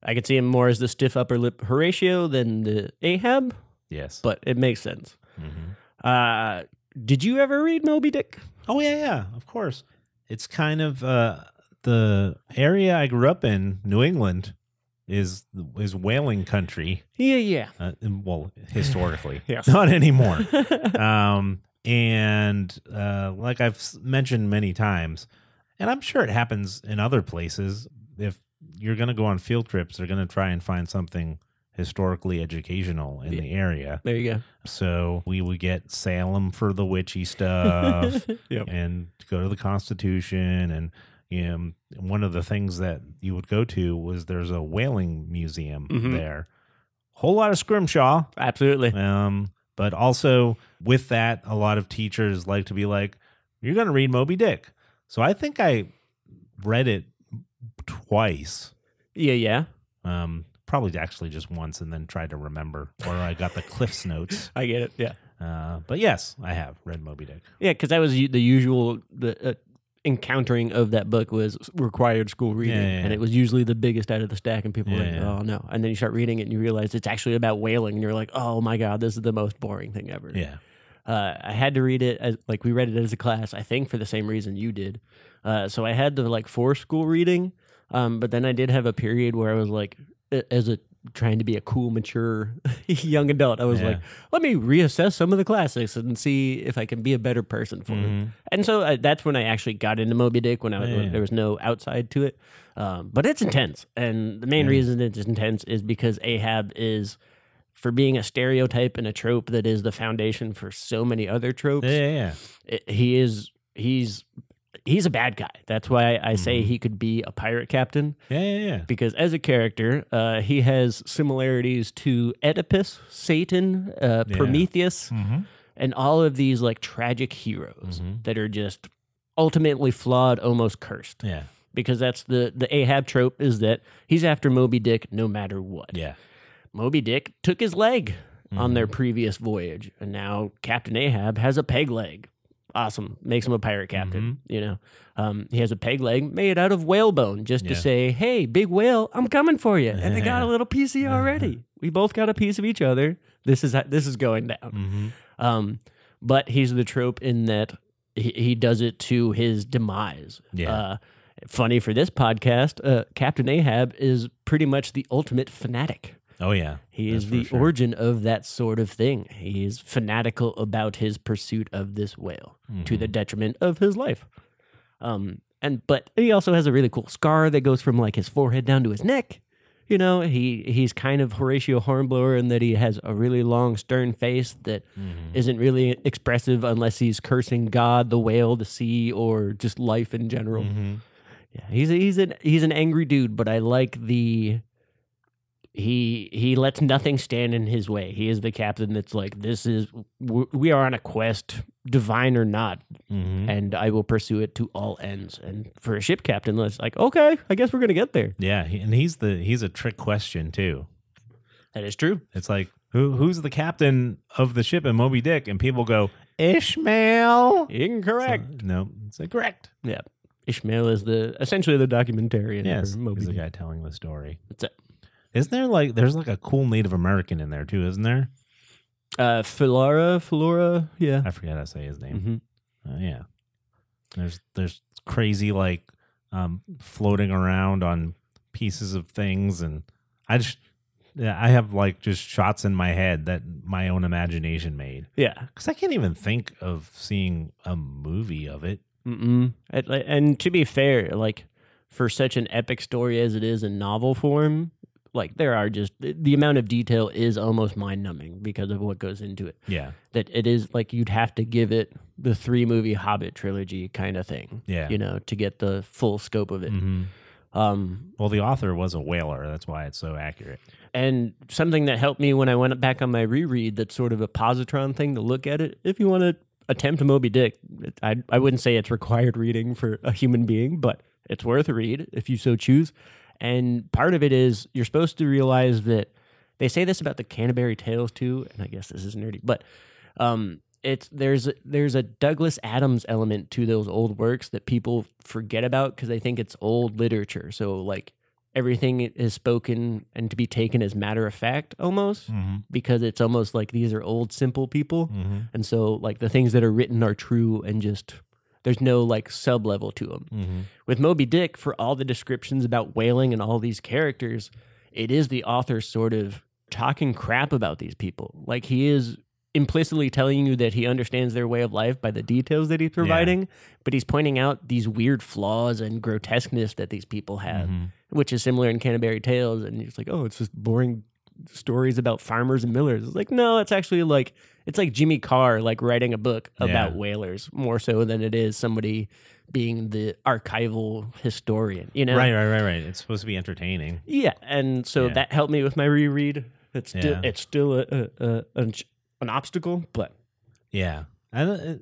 [SPEAKER 4] I could see him more as the stiff upper lip Horatio than the Ahab,
[SPEAKER 3] Yes.
[SPEAKER 4] but it makes sense.
[SPEAKER 3] Mhm.
[SPEAKER 4] Uh, did you ever read Moby Dick?
[SPEAKER 3] Oh yeah, yeah, of course. It's kind of uh, the area I grew up in, New England, is is whaling country.
[SPEAKER 4] Yeah, yeah. [laughs]
[SPEAKER 3] Uh, and- well, historically,
[SPEAKER 4] Yes.
[SPEAKER 3] not anymore. um, and uh, like I've s- mentioned many times, and I'm sure it happens in other places. If you're going to go on field trips, they're going to try and find something historically educational in
[SPEAKER 4] Yeah.
[SPEAKER 3] the area.
[SPEAKER 4] there you
[SPEAKER 3] So we would get Salem for the witchy stuff
[SPEAKER 4] go. [laughs] Yep.
[SPEAKER 3] and to go to the Constitution. And you know, one of the things that you would go to was there's a whaling museum
[SPEAKER 4] Mhm.
[SPEAKER 3] there. Whole lot of scrimshaw,
[SPEAKER 4] Absolutely.
[SPEAKER 3] um, but also with that, a lot of teachers like to be like, "You're going to read Moby Dick." So I think I read it twice.
[SPEAKER 4] Yeah, yeah.
[SPEAKER 3] Um, probably actually just once, and then tried to remember where I got the Cliff's notes.
[SPEAKER 4] I get it. Yeah.
[SPEAKER 3] Uh, but yes, I have read Moby Dick.
[SPEAKER 4] Yeah, because that was u- the usual the uh, encountering of that book was required school reading,
[SPEAKER 3] Yeah, yeah,
[SPEAKER 4] and
[SPEAKER 3] yeah.
[SPEAKER 4] it was usually the biggest out of the stack, and people were
[SPEAKER 3] Yeah,
[SPEAKER 4] like,
[SPEAKER 3] yeah.
[SPEAKER 4] "Oh no!" And then you start reading it, and you realize it's actually about whaling, and you're like, "Oh my god, this is the most boring thing ever."
[SPEAKER 3] Yeah.
[SPEAKER 4] uh, I had to read it as like we read it as a class, I think for the same reason you did. Uh, so I had the like for school reading, um, but then I did have a period where I was like, a- as a trying to be a cool, mature [laughs] young adult, I was
[SPEAKER 3] Yeah.
[SPEAKER 4] like, let me reassess some of the classics and see if I can be a better person for it.
[SPEAKER 3] Mhm.
[SPEAKER 4] And so uh, that's when I actually got into Moby Dick when I was,
[SPEAKER 3] Yeah, yeah.
[SPEAKER 4] there was no outside to it. Um, but it's intense, and the main
[SPEAKER 3] Yeah.
[SPEAKER 4] reason it's intense is because Ahab is for being a stereotype and a trope that is the foundation for so many other tropes.
[SPEAKER 3] Yeah, yeah, yeah.
[SPEAKER 4] it- he is he's he's a bad guy. That's why I say
[SPEAKER 3] Mm-hmm.
[SPEAKER 4] he could be a pirate captain
[SPEAKER 3] Yeah, yeah, yeah.
[SPEAKER 4] because as a character, uh, he has similarities to Oedipus, Satan, uh,
[SPEAKER 3] Yeah.
[SPEAKER 4] Prometheus,
[SPEAKER 3] Mm-hmm.
[SPEAKER 4] and all of these like tragic heroes
[SPEAKER 3] Mhm.
[SPEAKER 4] that are just ultimately flawed, almost cursed.
[SPEAKER 3] Yeah,
[SPEAKER 4] Because that's the the Ahab trope is that he's after Moby Dick no matter what.
[SPEAKER 3] yeah. Mm-hmm.
[SPEAKER 4] Moby Dick took his leg on their previous voyage, and now Captain Ahab has a peg leg. Awesome, makes him a pirate captain.
[SPEAKER 3] Mm-hmm.
[SPEAKER 4] You know, um, he has a peg leg made out of whalebone, just to
[SPEAKER 3] Yeah.
[SPEAKER 4] say, "Hey, big whale, I'm coming for you." And they
[SPEAKER 3] [laughs]
[SPEAKER 4] got a little piece of you already.
[SPEAKER 3] Uh-huh.
[SPEAKER 4] We both got a piece of each other. This is this is going down.
[SPEAKER 3] Mm-hmm.
[SPEAKER 4] Um, but he's the trope in that he, he does it to his demise.
[SPEAKER 3] Yeah.
[SPEAKER 4] Uh, funny for this podcast, uh, Captain Ahab is pretty much the ultimate fanatic.
[SPEAKER 3] Oh yeah.
[SPEAKER 4] He
[SPEAKER 3] That's
[SPEAKER 4] is
[SPEAKER 3] for
[SPEAKER 4] the
[SPEAKER 3] sure.
[SPEAKER 4] origin of that sort of thing. He is fanatical about his pursuit of this whale to
[SPEAKER 3] Mm-hmm.
[SPEAKER 4] the detriment of his life. Um, and but he also has a really cool scar that goes from like his forehead down to his neck. You know, he he's kind of Horatio Hornblower in that he has a really long stern face that
[SPEAKER 3] Mm-hmm.
[SPEAKER 4] not really expressive unless he's cursing God, the whale, the sea, or just life in general.
[SPEAKER 3] Mhm.
[SPEAKER 4] Yeah, he's he's an he's an angry dude, but I like the he he lets nothing stand in his way. He is the captain that's like this is w- we are on a quest, divine or not,
[SPEAKER 3] Mhm.
[SPEAKER 4] and I will pursue it to all ends. And for a ship captain, that's like okay, I guess we're gonna get there.
[SPEAKER 3] Yeah, he- and he's the he's a trick question too.
[SPEAKER 4] That is true.
[SPEAKER 3] It's like who who's the captain of the ship in Moby Dick, and people go Ishmael.
[SPEAKER 4] Incorrect.
[SPEAKER 3] So- no, it's like, correct.
[SPEAKER 4] yeah, Ishmael is the essentially the documentarian.
[SPEAKER 3] Yes,
[SPEAKER 4] for Moby
[SPEAKER 3] he's the
[SPEAKER 4] Dick.
[SPEAKER 3] guy telling the story.
[SPEAKER 4] That's it.
[SPEAKER 3] Isn't there like there's like a cool Native American in there too? Isn't there?
[SPEAKER 4] Uh, Philara, Philora, yeah.
[SPEAKER 3] I forgot how to say his name.
[SPEAKER 4] hmm
[SPEAKER 3] Uh, yeah, there's there's crazy like um floating around on pieces of things, and I just yeah, I have like just shots in my head that my own imagination made.
[SPEAKER 4] Yeah.
[SPEAKER 3] Because I can't even think of seeing a movie of it.
[SPEAKER 4] Mm-mm. And, Mm-hmm. like, and to be fair, like for such an epic story as it is in novel form, like there are just the the amount of detail is almost mind numbing because of what goes into it.
[SPEAKER 3] Yeah.
[SPEAKER 4] That it is like you'd have to give it the three movie Hobbit trilogy kind of thing,
[SPEAKER 3] Yeah.
[SPEAKER 4] you know, to get the full scope of it.
[SPEAKER 3] Mhm.
[SPEAKER 4] Um,
[SPEAKER 3] Well, the author was a whaler. That's why it's so accurate.
[SPEAKER 4] and something that helped me when I went back on my reread that's sort of a positron thing to look at it. If you want to attempt Moby Dick, I, I wouldn't say it's required reading for a human being, but it's worth a read if you so choose. And part of it is you're supposed to realize that they say this about the Canterbury Tales too, and I guess this is nerdy, but um, it's there's there's a Douglas Adams element to those old works that people forget about because they think it's old literature. So like everything is spoken and to be taken as matter of fact almost
[SPEAKER 3] Mm-hmm.
[SPEAKER 4] because it's almost like these are old simple people
[SPEAKER 3] Mm.
[SPEAKER 4] and so like the things that are written are true and just there's no like sub level to them
[SPEAKER 3] Mm-hmm.
[SPEAKER 4] with Moby Dick, for all the descriptions about whaling and all these characters, it is the author sort of talking crap about these people. Like he is implicitly telling you that he understands their way of life by the details that he's providing, but he's pointing out these weird flaws and grotesqueness that these people
[SPEAKER 3] Mm-hmm.
[SPEAKER 4] have, which is similar in Canterbury Tales. And it's like, oh, it's just boring stories about farmers and millers. It's like, no, it's actually like it's like Jimmy Carr like writing a book about
[SPEAKER 3] Yeah.
[SPEAKER 4] whalers more so than it is somebody being the archival historian, you know?
[SPEAKER 3] Right, right, right, right. It's supposed to be entertaining.
[SPEAKER 4] Yeah, and so
[SPEAKER 3] Yeah.
[SPEAKER 4] that helped me with my reread. It's still
[SPEAKER 3] Yeah.
[SPEAKER 4] it's still a, a, a an, ch- an obstacle, but
[SPEAKER 3] Yeah, I don't. It,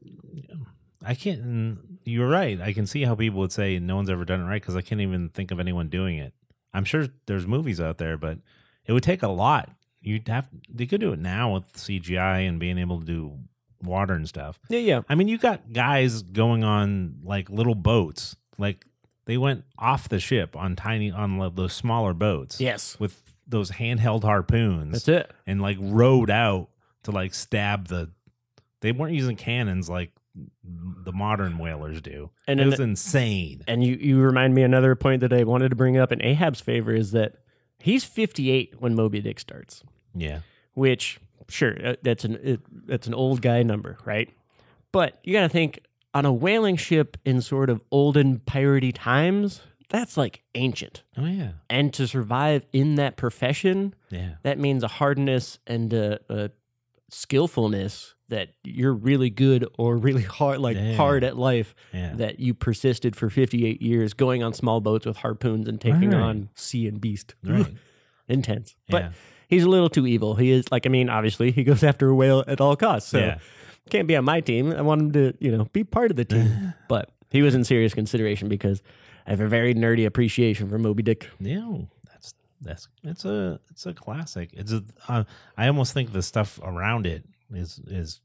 [SPEAKER 3] I can't. mm, You're right. I can see how people would say no one's ever done it right because I can't even think of anyone doing it. I'm sure there's movies out there, but it would take a lot. You'd have. They could do it now with CGI and being able to do water and stuff.
[SPEAKER 4] yeah, yeah,
[SPEAKER 3] I mean, you got guys going on like little boats, like they went off the ship on tiny on lo- those smaller boats.
[SPEAKER 4] yes,
[SPEAKER 3] with those handheld harpoons
[SPEAKER 4] that's it.
[SPEAKER 3] and like rode out to like stab the they weren't using cannons like the modern whalers do
[SPEAKER 4] And
[SPEAKER 3] it
[SPEAKER 4] in
[SPEAKER 3] was insane
[SPEAKER 4] And you, you remind me another point that I wanted to bring up in Ahab's favor is that he's 58 when Moby Dick starts,
[SPEAKER 3] yeah
[SPEAKER 4] which sure uh, that's an it, that's an old guy number, right? But you got to think on a whaling ship in sort of olden piratey times, that's like ancient.
[SPEAKER 3] oh yeah
[SPEAKER 4] And to survive in that profession,
[SPEAKER 3] yeah
[SPEAKER 4] that means a hardness and a, a skillfulness that you're really good or really hard, like
[SPEAKER 3] Yeah.
[SPEAKER 4] hard at life
[SPEAKER 3] yeah
[SPEAKER 4] that you persisted for 58 years going on small boats with harpoons and taking
[SPEAKER 3] Right.
[SPEAKER 4] on sea and beast.
[SPEAKER 3] right
[SPEAKER 4] [laughs] Intense. But
[SPEAKER 3] Yeah.
[SPEAKER 4] he's a little too evil. He is like I mean obviously he goes after a whale at all costs. So
[SPEAKER 3] Yeah.
[SPEAKER 4] can't be on my team. I want him to, you know, be part of the [laughs] team. but he was in serious consideration because I have a very nerdy appreciation for Moby Dick.
[SPEAKER 3] no that's that's it's a it's a classic it's a uh, i almost think the stuff around it is is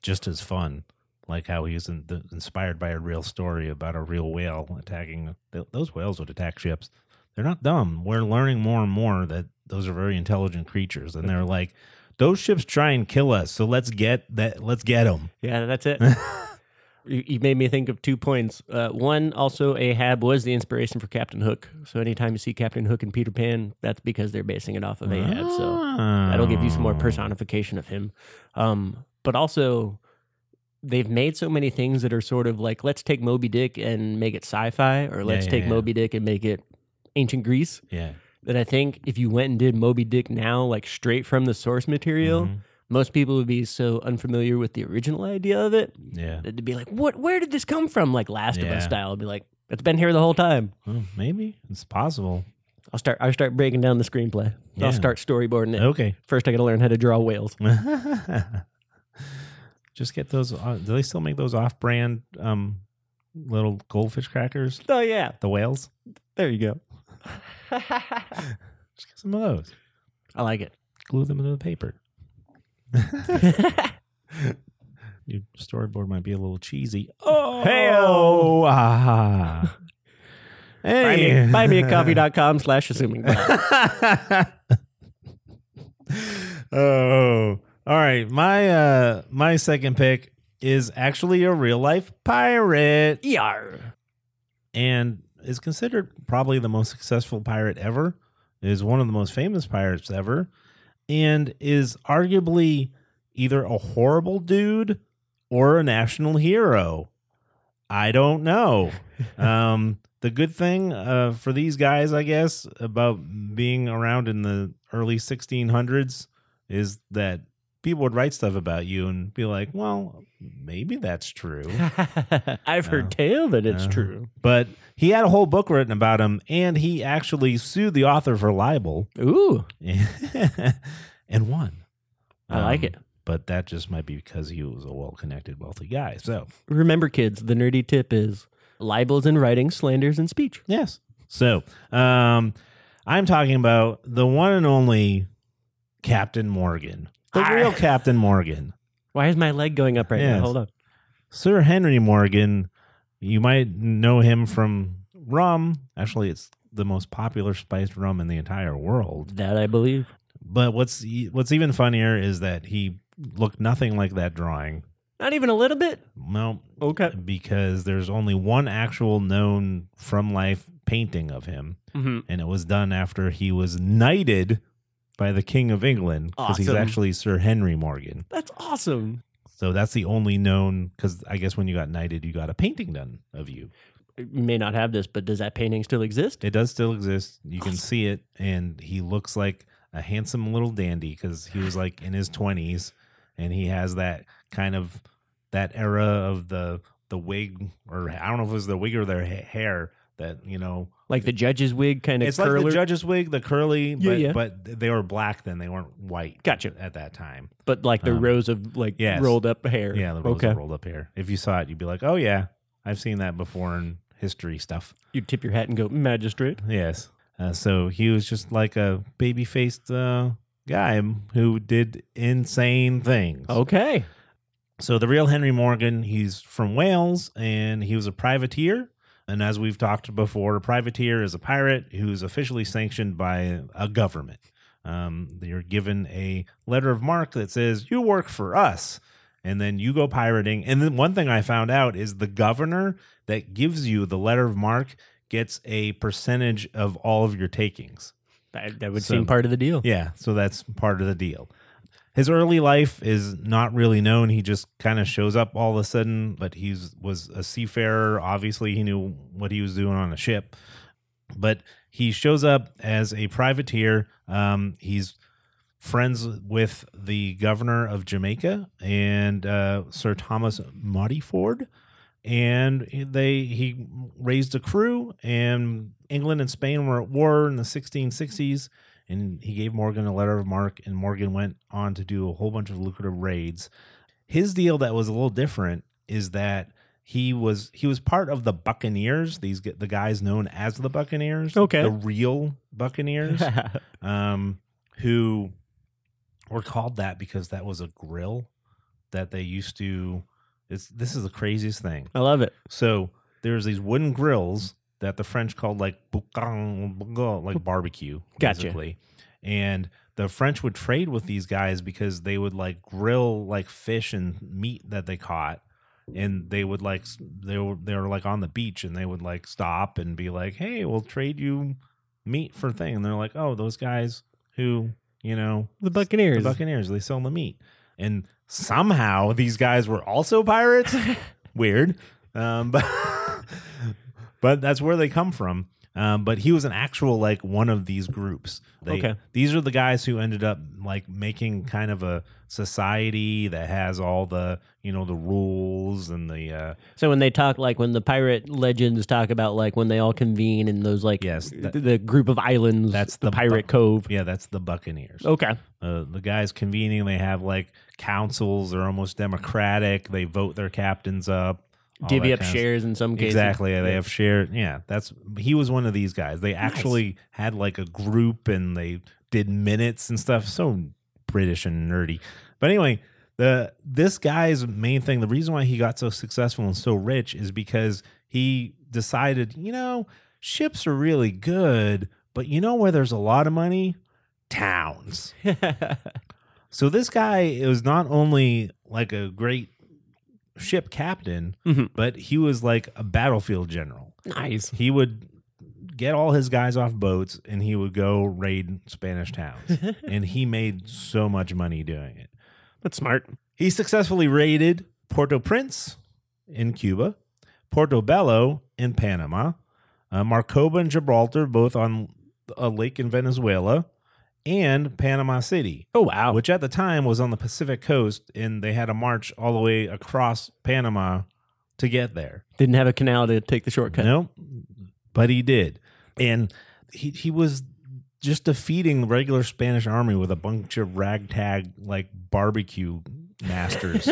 [SPEAKER 3] just as fun like how he was in the, inspired by a real story about a real whale attacking th- those whales would attack ships they're not dumb we're learning more and more that those are very intelligent creatures and they're like those ships try and kill us so let's get that let's get them
[SPEAKER 4] Yeah, that's [laughs] it. you, you made me think of two points. Uh, one, also, Ahab was the inspiration for Captain Hook. So anytime you see Captain Hook and Peter Pan, that's because they're basing it off of Ahab. So
[SPEAKER 3] Ah.
[SPEAKER 4] that'll give you some
[SPEAKER 3] Um,
[SPEAKER 4] more personification of him. Um, but also, they've made so many things that are sort of like, let's take Moby Dick and make it sci fi, or let's
[SPEAKER 3] yeah,
[SPEAKER 4] take
[SPEAKER 3] yeah.
[SPEAKER 4] Moby Dick and make it ancient Greece.
[SPEAKER 3] yeah
[SPEAKER 4] That I think if you went and did Moby Dick now, like straight from the source material,
[SPEAKER 3] Mhm.
[SPEAKER 4] most people would be so unfamiliar with the original idea of it
[SPEAKER 3] yeah
[SPEAKER 4] They'd be like, "What? Where did this come from?" Like Last of
[SPEAKER 3] Yeah.
[SPEAKER 4] Us style. I'd be like, "It's been here the whole time."
[SPEAKER 3] Well, maybe it's possible
[SPEAKER 4] I'll start. I'll start breaking down the screenplay.
[SPEAKER 3] Yeah. Oh.
[SPEAKER 4] I'll start storyboarding it.
[SPEAKER 3] okay
[SPEAKER 4] First, I got to learn how to draw whales.
[SPEAKER 3] [laughs] Just get those. Uh, do they still make those off-brand um, little goldfish crackers?
[SPEAKER 4] Oh yeah,
[SPEAKER 3] The whales.
[SPEAKER 4] there you go. [laughs]
[SPEAKER 3] Just get some of those.
[SPEAKER 4] I like it.
[SPEAKER 3] Glue them into the
[SPEAKER 4] [laughs]
[SPEAKER 3] paper. Your storyboard might be a little cheesy. Oh,
[SPEAKER 4] Hey-o.
[SPEAKER 3] ah.
[SPEAKER 4] Buy me,
[SPEAKER 3] hey,
[SPEAKER 4] buy me at coffee.com slash assuming.
[SPEAKER 3] [laughs] [laughs] oh, all right. My uh, my second pick is actually a real life pirate.
[SPEAKER 4] Yar.
[SPEAKER 3] and is considered probably the most successful pirate ever. Is one of the most famous pirates ever, and is arguably either a horrible dude or a national hero. I don't know. um, the good thing uh, for these guys, I guess, about being around in the early 1600s is that people would write stuff about you and be like, well, maybe that's true.
[SPEAKER 4] [laughs] I've
[SPEAKER 3] No.
[SPEAKER 4] heard tale that it's
[SPEAKER 3] No.
[SPEAKER 4] true.
[SPEAKER 3] But he had a whole book written about him, and he actually sued the author for libel [laughs]
[SPEAKER 4] Ooh,
[SPEAKER 3] and won. Um,
[SPEAKER 4] I like it.
[SPEAKER 3] But that just might be because he was a well connected, wealthy guy. So,
[SPEAKER 4] Remember, kids, the nerdy tip is libels in writing, slanders in speech.
[SPEAKER 3] yes. So, um, I'm talking about the one and only Captain Morgan, the
[SPEAKER 4] Ah.
[SPEAKER 3] real Captain Morgan.
[SPEAKER 4] Why is my leg going up right
[SPEAKER 3] Yes.
[SPEAKER 4] now? Hold on.
[SPEAKER 3] Sir Henry Morgan, you might know him from rum. Actually, it's the most popular spiced rum in the entire world.
[SPEAKER 4] That I believe.
[SPEAKER 3] But what's e, what's even funnier is that he looked nothing like that drawing.
[SPEAKER 4] Not even a little bit.
[SPEAKER 3] No,
[SPEAKER 4] Okay.
[SPEAKER 3] because there's only one actual known from life painting of him,
[SPEAKER 4] Mm-hmm.
[SPEAKER 3] and it was done after he was knighted by the King of England because he's
[SPEAKER 4] Awesome.
[SPEAKER 3] actually Sir Henry Morgan.
[SPEAKER 4] That's awesome.
[SPEAKER 3] So that's the only known because I guess when you got knighted, you got a painting done of you.
[SPEAKER 4] You may not have this, but does that painting still exist?
[SPEAKER 3] It does still exist. You can
[SPEAKER 4] Awesome.
[SPEAKER 3] see it, and he looks like a handsome little dandy because he was like in his twenties, and he has that kind of that era of the the wig, or I don't know if it was the wig or their ha- hair that you know.
[SPEAKER 4] Like the judge's wig, kind of
[SPEAKER 3] it's
[SPEAKER 4] curler.
[SPEAKER 3] like the judge's wig, the curly,
[SPEAKER 4] Yeah,
[SPEAKER 3] but,
[SPEAKER 4] yeah.
[SPEAKER 3] but they were black then; they weren't white.
[SPEAKER 4] Gotcha.
[SPEAKER 3] At that time,
[SPEAKER 4] but like the
[SPEAKER 3] Um,
[SPEAKER 4] rows of like
[SPEAKER 3] yes.
[SPEAKER 4] rolled up hair.
[SPEAKER 3] yeah, the rose
[SPEAKER 4] okay.
[SPEAKER 3] rolled up hair. If you saw it, you'd be like, "Oh yeah, I've seen that before in history stuff."
[SPEAKER 4] You tip your hat and go, magistrate.
[SPEAKER 3] Yes. Uh, so he was just like a baby faced uh, guy who did insane things.
[SPEAKER 4] Oh, Okay.
[SPEAKER 3] So the real Henry Morgan, he's from Wales and he was a privateer. And as we've talked before, a privateer is a pirate who's officially sanctioned by a government. Um, you're given a letter of mark that says, You work for us. And then you go pirating. And then one thing I found out is the governor that gives you the letter of mark gets a percentage of all of your takings.
[SPEAKER 4] That, that would
[SPEAKER 3] So-
[SPEAKER 4] seem part of the deal.
[SPEAKER 3] Yeah, so that's part of the deal. His early life is not really known. He just kind of shows up all of a sudden, but he was a seafarer. Obviously, he knew what he was doing on a ship. But he shows up as a privateer. Um, he's friends with the governor of Jamaica and uh, Sir Thomas Marty Ford. And they he raised a crew, and England and Spain were at war in the 1660s and he gave Morgan a letter of mark, and Morgan went on to do a whole bunch of lucrative raids. His deal that was a little different is that he was he was part of the Buccaneers. These g- the guys known as the Buccaneers,
[SPEAKER 4] Okay.
[SPEAKER 3] the real Buccaneers,
[SPEAKER 4] [laughs]
[SPEAKER 3] um, who were called that because that was a grill that they used to. It's, this is the craziest thing.
[SPEAKER 4] I love it.
[SPEAKER 3] So there's these wooden grills that the French called like boucan, boucan, like barbecue,
[SPEAKER 4] Gotcha.
[SPEAKER 3] basically. And the French would trade with these guys because they would like grill like fish and meat that they caught. And they would like s- they were they were like on the beach and they would like stop and be like, Hey, we'll trade you meat for thing. And they're like, Oh, those guys who, you know,
[SPEAKER 4] The Buccaneers.
[SPEAKER 3] the Buccaneers. They sell the meat, and somehow these guys were also
[SPEAKER 4] [laughs]
[SPEAKER 3] pirates. Weird, um, but [laughs] but that's where they come from. Um, but he was an actual like one of these groups. They,
[SPEAKER 4] Okay.
[SPEAKER 3] these are the guys who ended up like making kind of a society that has all the you know the rules and the uh,
[SPEAKER 4] So when they talk like when the pirate legends talk about like when they all convene in those like
[SPEAKER 3] Yes, that-
[SPEAKER 4] th- the group of islands
[SPEAKER 3] That's
[SPEAKER 4] the,
[SPEAKER 3] the
[SPEAKER 4] pirate
[SPEAKER 3] bu-
[SPEAKER 4] cove.
[SPEAKER 3] yeah that's the Buccaneers.
[SPEAKER 4] Okay.
[SPEAKER 3] Uh, the guys convening, they have like councils. They're almost democratic. They vote their captains up. all
[SPEAKER 4] Divvy
[SPEAKER 3] that
[SPEAKER 4] up
[SPEAKER 3] kinda
[SPEAKER 4] shares in some cases.
[SPEAKER 3] Exactly. They have shared. Yeah, that's he was one of these guys. They actually had like a group and they did minutes and stuff. So British and nerdy. But anyway, the this guy's main thing, the reason why he got so successful and so rich is because he decided, you know, ships are really good, but you know where there's a lot of money? Towns. So this guy is not only like a great ship captain,
[SPEAKER 4] Mhm.
[SPEAKER 3] but he was like a battlefield general.
[SPEAKER 4] [laughs] [laughs] nice.
[SPEAKER 3] He would get all his guys off boats and he would go raid Spanish
[SPEAKER 4] [laughs]
[SPEAKER 3] towns. and he made so much money doing it.
[SPEAKER 4] That's smart.
[SPEAKER 3] He successfully raided Puerto Prince in Cuba, Portobello in Panama, uh, Marcoba and Gibraltar, both on a lake in Venezuela, and Panama City,
[SPEAKER 4] Oh wow.
[SPEAKER 3] which at the time was on the Pacific coast, and they had to march all the way across Panama to get there.
[SPEAKER 4] Didn't have a canal to take the shortcut.
[SPEAKER 3] No, but he did, and he he was just defeating the regular Spanish army with a bunch of ragtag like barbecue [laughs] masters.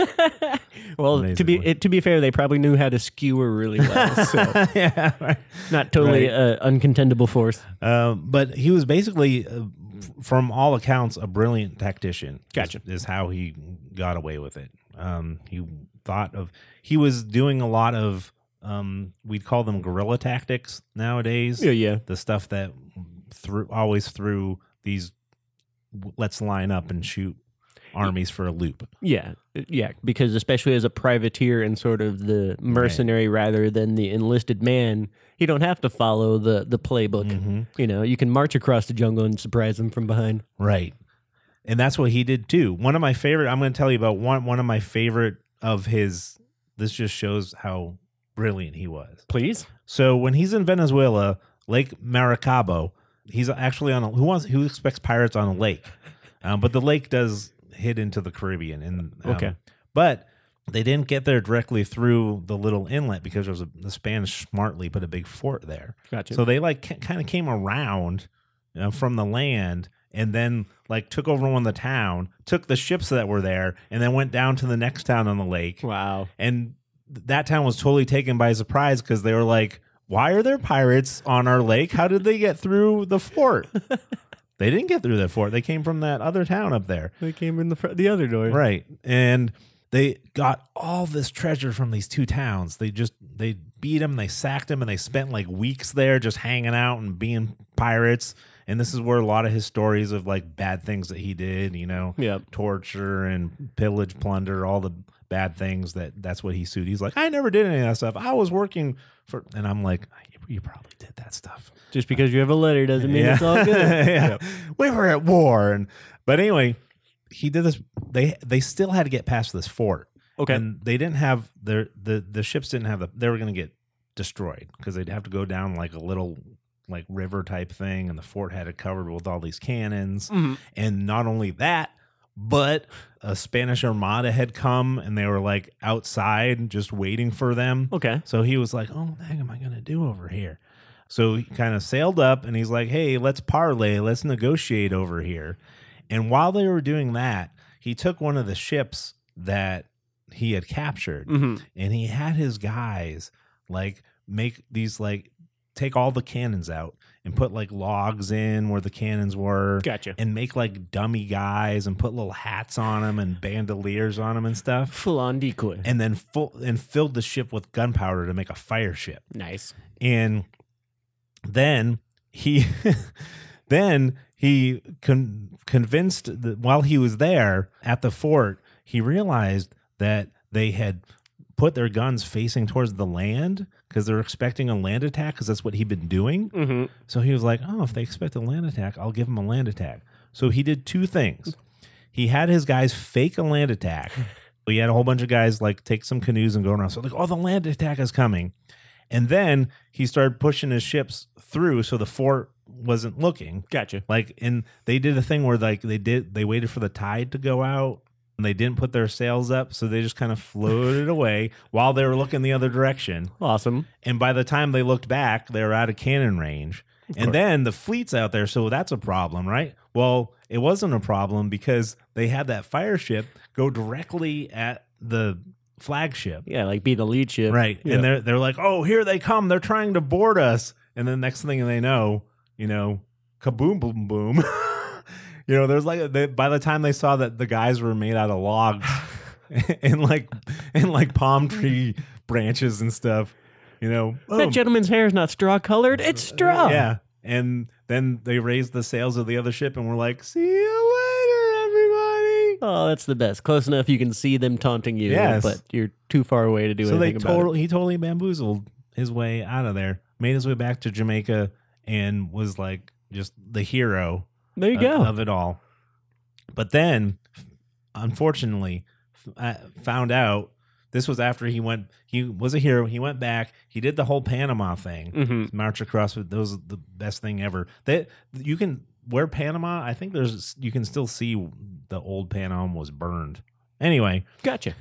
[SPEAKER 4] [laughs] well, to be
[SPEAKER 3] Amazingly.
[SPEAKER 4] it, to be fair, they probably knew how to skewer really well, so [laughs]
[SPEAKER 3] yeah, right.
[SPEAKER 4] not totally
[SPEAKER 3] Right.
[SPEAKER 4] uh, uncontendable force.
[SPEAKER 3] Um, but he was basically, uh, f- from all accounts, a brilliant tactician. is-
[SPEAKER 4] Gotcha.
[SPEAKER 3] Is, how he got away with it. Um, he thought of, he was doing a lot of, um, we'd call them guerrilla tactics nowadays.
[SPEAKER 4] Yeah, yeah.
[SPEAKER 3] The stuff that threw, always threw these, w- let's line up and shoot armies for a loop.
[SPEAKER 4] Yeah, uh, yeah, because especially as a privateer and sort of the mercenary rather than the enlisted man, you don't have to follow the the playbook.
[SPEAKER 3] Mhm.
[SPEAKER 4] You know, you can march across the jungle and surprise them from behind.
[SPEAKER 3] Right. And that's what he did too. One of my favorite I'm going to tell you about one one of my favorite of his this just shows how brilliant he was.
[SPEAKER 4] Please,
[SPEAKER 3] So when he's in Venezuela, Lake Maracaibo, he's actually on a, who wants who expects pirates on a
[SPEAKER 4] [laughs]
[SPEAKER 3] lake. Um, but the lake does hit into the Caribbean and um,
[SPEAKER 4] Okay.
[SPEAKER 3] But they didn't get there directly through the little inlet because there was a, the Spanish smartly put a big fort there.
[SPEAKER 4] gotcha.
[SPEAKER 3] So they like kind of came around uh, from the land and then like took over one of the town, took the ships that were there, and then went down to the next town on the lake.
[SPEAKER 4] wow,
[SPEAKER 3] And th- that town was totally taken by surprise because they were like, "Why are there pirates on our lake? How did they get through the fort?" they didn't get through the fort. They came from that other town up there.
[SPEAKER 4] they came in the fr- the other door.
[SPEAKER 3] Right. And they got all this treasure from these two towns. They just they beat them, they sacked them, and they spent like weeks there just hanging out and being pirates. And this is where a lot of his stories of like bad things that he did, you know,
[SPEAKER 4] Yeah.
[SPEAKER 3] torture and pillage, plunder, all the bad things that that's what he sued. He's like, I never did any of that stuff. I was working for, and I'm like, "You- you probably did that stuff.
[SPEAKER 4] Just because you have a letter doesn't mean it's all
[SPEAKER 3] [laughs]
[SPEAKER 4] good.
[SPEAKER 3] Yeah. We were at war, and but anyway, he did this. They they still had to get past this fort,
[SPEAKER 4] Okay.
[SPEAKER 3] and they didn't have their the the ships didn't have the. They were going to get destroyed because they'd have to go down like a little like river type thing, and the fort had it covered with all these cannons.
[SPEAKER 4] Mhm.
[SPEAKER 3] And not only that, but a Spanish armada had come, and they were like outside just waiting for them.
[SPEAKER 4] Okay.
[SPEAKER 3] So he was like, "Oh, what the heck am I going to do over here?" So he kind of sailed up and he's like, "Hey, let's parlay, let's negotiate over here." And while they were doing that, he took one of the ships that he had captured
[SPEAKER 4] hmm
[SPEAKER 3] and he had his guys like make these like take all the cannons out and put like logs in where the cannons were
[SPEAKER 4] Gotcha.
[SPEAKER 3] and make like dummy guys and put little hats on them and bandoliers on them and stuff
[SPEAKER 4] Full on decoy.
[SPEAKER 3] and then full and filled the ship with gunpowder to make a fire ship.
[SPEAKER 4] Nice.
[SPEAKER 3] And then he [laughs] then he con- convinced that while he was there at the fort, he realized that they had put their guns facing towards the land because they're expecting a land attack because that's what he'd been doing.
[SPEAKER 4] Mm-hmm.
[SPEAKER 3] So he was like, "Oh, if they expect a land attack, I'll give them a land attack." So he did two things. He had his guys fake a land attack. He had a whole bunch of guys like take some canoes and go around. So like, "Oh, the land attack is coming," and then he started pushing his ships through so the fort wasn't looking.
[SPEAKER 4] Gotcha.
[SPEAKER 3] Like, and they did a thing where like they did they waited for the tide to go out. And they didn't put their sails up, so they just kind of floated away while they were looking the other direction.
[SPEAKER 4] Awesome.
[SPEAKER 3] And by the time they looked back, they were out of cannon range.
[SPEAKER 4] course.
[SPEAKER 3] And then the fleet's out there, so that's a problem, right? Well, it wasn't a problem because they had that fire ship go directly at the flagship.
[SPEAKER 4] Yeah, like be the lead ship.
[SPEAKER 3] Right.
[SPEAKER 4] Yeah.
[SPEAKER 3] And they're they're like, Oh, here they come, they're trying to board us. And then next thing they know, you know, kaboom boom boom. [laughs] you know, there's like they, by the time they saw that the guys were made out of logs [laughs] and like and like palm tree branches and stuff, you know. oh,
[SPEAKER 4] That
[SPEAKER 3] boom.
[SPEAKER 4] gentleman's hair is not straw colored. It's straw.
[SPEAKER 3] Yeah. And then they raised the sails of the other ship and were like, see you later, everybody.
[SPEAKER 4] Oh, that's the best. Close enough you can see them taunting you,
[SPEAKER 3] Yes.
[SPEAKER 4] but you're too far away to do
[SPEAKER 3] so they
[SPEAKER 4] anything about
[SPEAKER 3] total, he totally bamboozled his way out of there, made his way back to Jamaica, and was like just the hero
[SPEAKER 4] it. There you
[SPEAKER 3] of,
[SPEAKER 4] go.
[SPEAKER 3] of it all. But then, unfortunately, f- I found out this was after he went, he was a hero. He went back, he did the whole Panama thing.
[SPEAKER 4] hmm
[SPEAKER 3] march across with those are the best thing ever that you can where Panama, I think there's you can still see the old Panama was burned. Anyway,
[SPEAKER 4] Gotcha.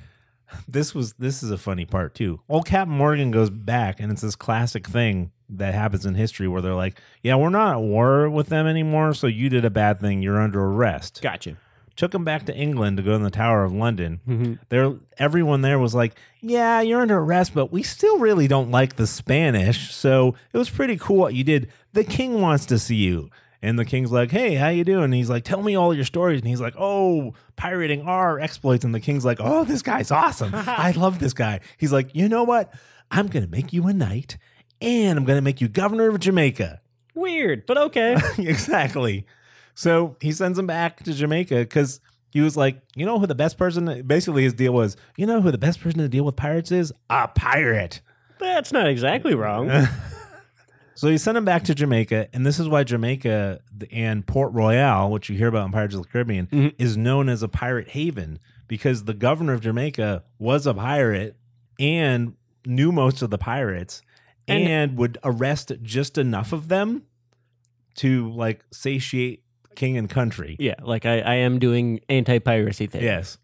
[SPEAKER 3] this was this is a funny part too. Old Captain Morgan goes back, and it's this classic thing that happens in history where they're like, "Yeah, we're not at war with them anymore, so you did a bad thing. You're under arrest."
[SPEAKER 4] Gotcha.
[SPEAKER 3] Took him back to England to go in the Tower of London. There, everyone there was like, "Yeah, you're under arrest, but we still really don't like the Spanish, so it was pretty cool what you did. The king wants to see you." And the king's like, "Hey, how you doing?" And he's like, "Tell me all your stories." And he's like, "Oh, pirating our exploits." And the king's like, "Oh, this guy's awesome. I love this guy." He's like, "You know what? I'm gonna make you a knight, and I'm gonna make you governor of Jamaica."
[SPEAKER 4] Weird, but okay.
[SPEAKER 3] [laughs] exactly. So he sends him back to Jamaica because he was like, you know who the best person? Basically, his deal was, you know who the best person to deal with pirates is? A pirate.
[SPEAKER 4] That's not
[SPEAKER 3] [laughs]
[SPEAKER 4] exactly [laughs] wrong.
[SPEAKER 3] So he sent him back to Jamaica, and this is why Jamaica and Port Royal, which you hear about in Pirates of the Caribbean,
[SPEAKER 4] Mhm.
[SPEAKER 3] is known as a pirate haven because the governor of Jamaica was a pirate and knew most of the pirates and,
[SPEAKER 4] And-
[SPEAKER 3] would arrest just enough of them to like satiate king and country.
[SPEAKER 4] Yeah, like I, I am doing anti piracy thing.
[SPEAKER 3] Yes.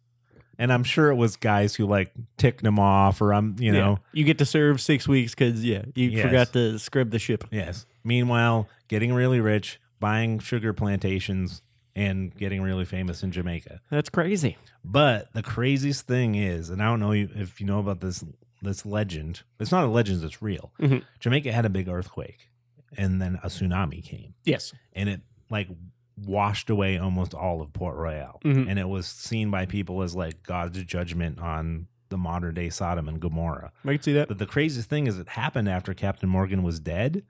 [SPEAKER 3] And I'm sure it was guys who like ticked him off or I'm, you
[SPEAKER 4] Yeah.
[SPEAKER 3] know,
[SPEAKER 4] you get to serve six weeks because yeah, you
[SPEAKER 3] Yes.
[SPEAKER 4] forgot to scrub the ship.
[SPEAKER 3] yes. Meanwhile, getting really rich, buying sugar plantations and getting really famous in Jamaica.
[SPEAKER 4] That's crazy.
[SPEAKER 3] But the craziest thing is, and I don't know if you know about this this legend. It's not a legend, it's real.
[SPEAKER 4] Mhm.
[SPEAKER 3] Jamaica had a big earthquake and then a tsunami came
[SPEAKER 4] Yes.
[SPEAKER 3] and it like washed away almost all of Port Royal.
[SPEAKER 4] Mhm.
[SPEAKER 3] And it was seen by people as like God's judgment on the modern day Sodom and Gomorrah.
[SPEAKER 4] I can see that.
[SPEAKER 3] But the craziest thing is it happened after Captain Morgan was dead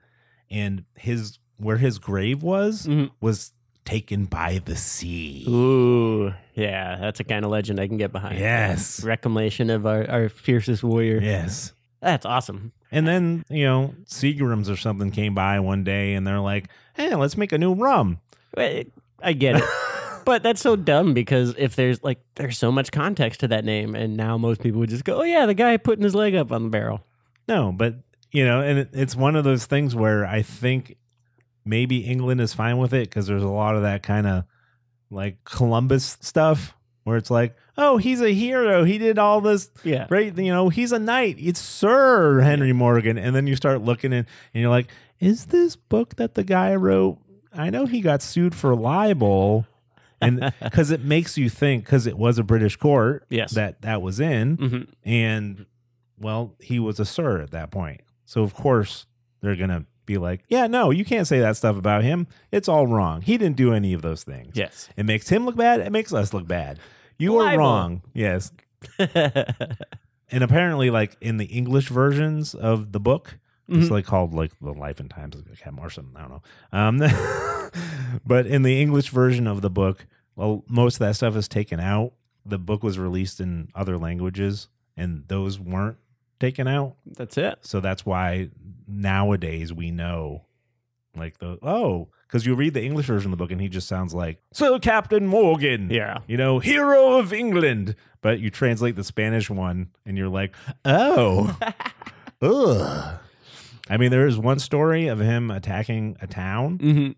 [SPEAKER 3] and his where his grave was
[SPEAKER 4] Mhm.
[SPEAKER 3] was taken by the sea.
[SPEAKER 4] Ooh, yeah, that's a kind of legend I can get behind.
[SPEAKER 3] Yes.
[SPEAKER 4] Reclamation of our, our fiercest warrior.
[SPEAKER 3] Yes.
[SPEAKER 4] That's awesome.
[SPEAKER 3] And then, you know, Seagrams or something came by one day and they're like, "Hey, let's make a new rum."
[SPEAKER 4] Wait, I get it. but that's so dumb because if there's like there's so much context to that name and now most people would just go, "Oh yeah, the guy putting his leg up on the barrel."
[SPEAKER 3] [laughs] No, but you know, and it, it's one of those things where I think maybe England is fine with it because there's a lot of that kind of like Columbus stuff where it's like, oh, he's a hero. He did all this
[SPEAKER 4] Yeah.
[SPEAKER 3] great, you know, he's a knight. It's Sir Henry Morgan. And then you start looking in and you're like, is this book that the guy wrote? I know he got sued for libel. And because it makes you think, because it was a British court
[SPEAKER 4] Yes.
[SPEAKER 3] that that was in
[SPEAKER 4] hmm
[SPEAKER 3] and well, he was a sir at that point. So of course they're gonna be like, yeah, no, you can't say that stuff about him. It's all wrong. He didn't do any of those things.
[SPEAKER 4] [laughs] Yes.
[SPEAKER 3] It makes him look bad. It makes us look bad. You are
[SPEAKER 4] Libel.
[SPEAKER 3] wrong. Yes. And apparently, like in the English versions of the book, it's
[SPEAKER 4] Mhm.
[SPEAKER 3] like called like the Life and Times of Captain Morrison. I don't know. Um, [laughs] but in the English version of the book, well, most of that stuff is taken out. The book was released in other languages, and those weren't taken out.
[SPEAKER 4] that's it.
[SPEAKER 3] So that's why nowadays we know, like the oh, because you read the English version of the book, and he just sounds like Sir Captain Morgan
[SPEAKER 4] Yeah.
[SPEAKER 3] you know, hero of England. But you translate the Spanish one and you're like, oh, ugh. I mean, there is one story of him attacking a town
[SPEAKER 4] hmm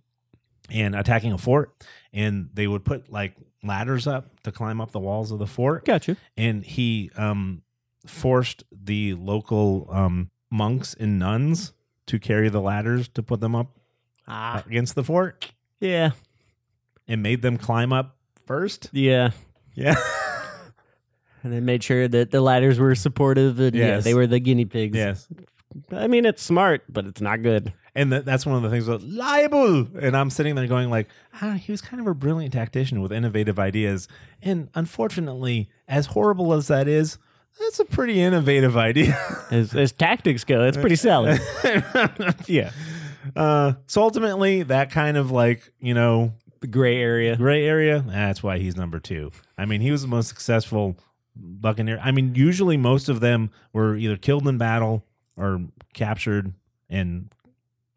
[SPEAKER 3] and attacking a fort, and they would put like ladders up to climb up the walls of the fort.
[SPEAKER 4] Gotcha.
[SPEAKER 3] And he um, forced the local um, monks and nuns to carry the ladders to put them up
[SPEAKER 4] Ah.
[SPEAKER 3] against the fort
[SPEAKER 4] Yeah.
[SPEAKER 3] and made them climb up
[SPEAKER 4] [laughs]
[SPEAKER 3] first.
[SPEAKER 4] Yeah.
[SPEAKER 3] Yeah.
[SPEAKER 4] And they made sure that the ladders were supportive and yeah,
[SPEAKER 3] Yes.
[SPEAKER 4] they were the guinea pigs.
[SPEAKER 3] yes.
[SPEAKER 4] I mean, it's smart, but it's not good.
[SPEAKER 3] And that, that's one of the things about libel. And I'm sitting there going like, ah, he was kind of a brilliant tactician with innovative ideas. And unfortunately, as horrible as that is, that's a pretty innovative idea.
[SPEAKER 4] As, as tactics go, it's pretty [laughs] solid.
[SPEAKER 3] yeah. [laughs] Uh, so ultimately, that kind of like, you know,
[SPEAKER 4] the gray area.
[SPEAKER 3] gray area, that's why he's number two. I mean, he was the most successful buccaneer. I mean, usually most of them were either killed in battle or captured and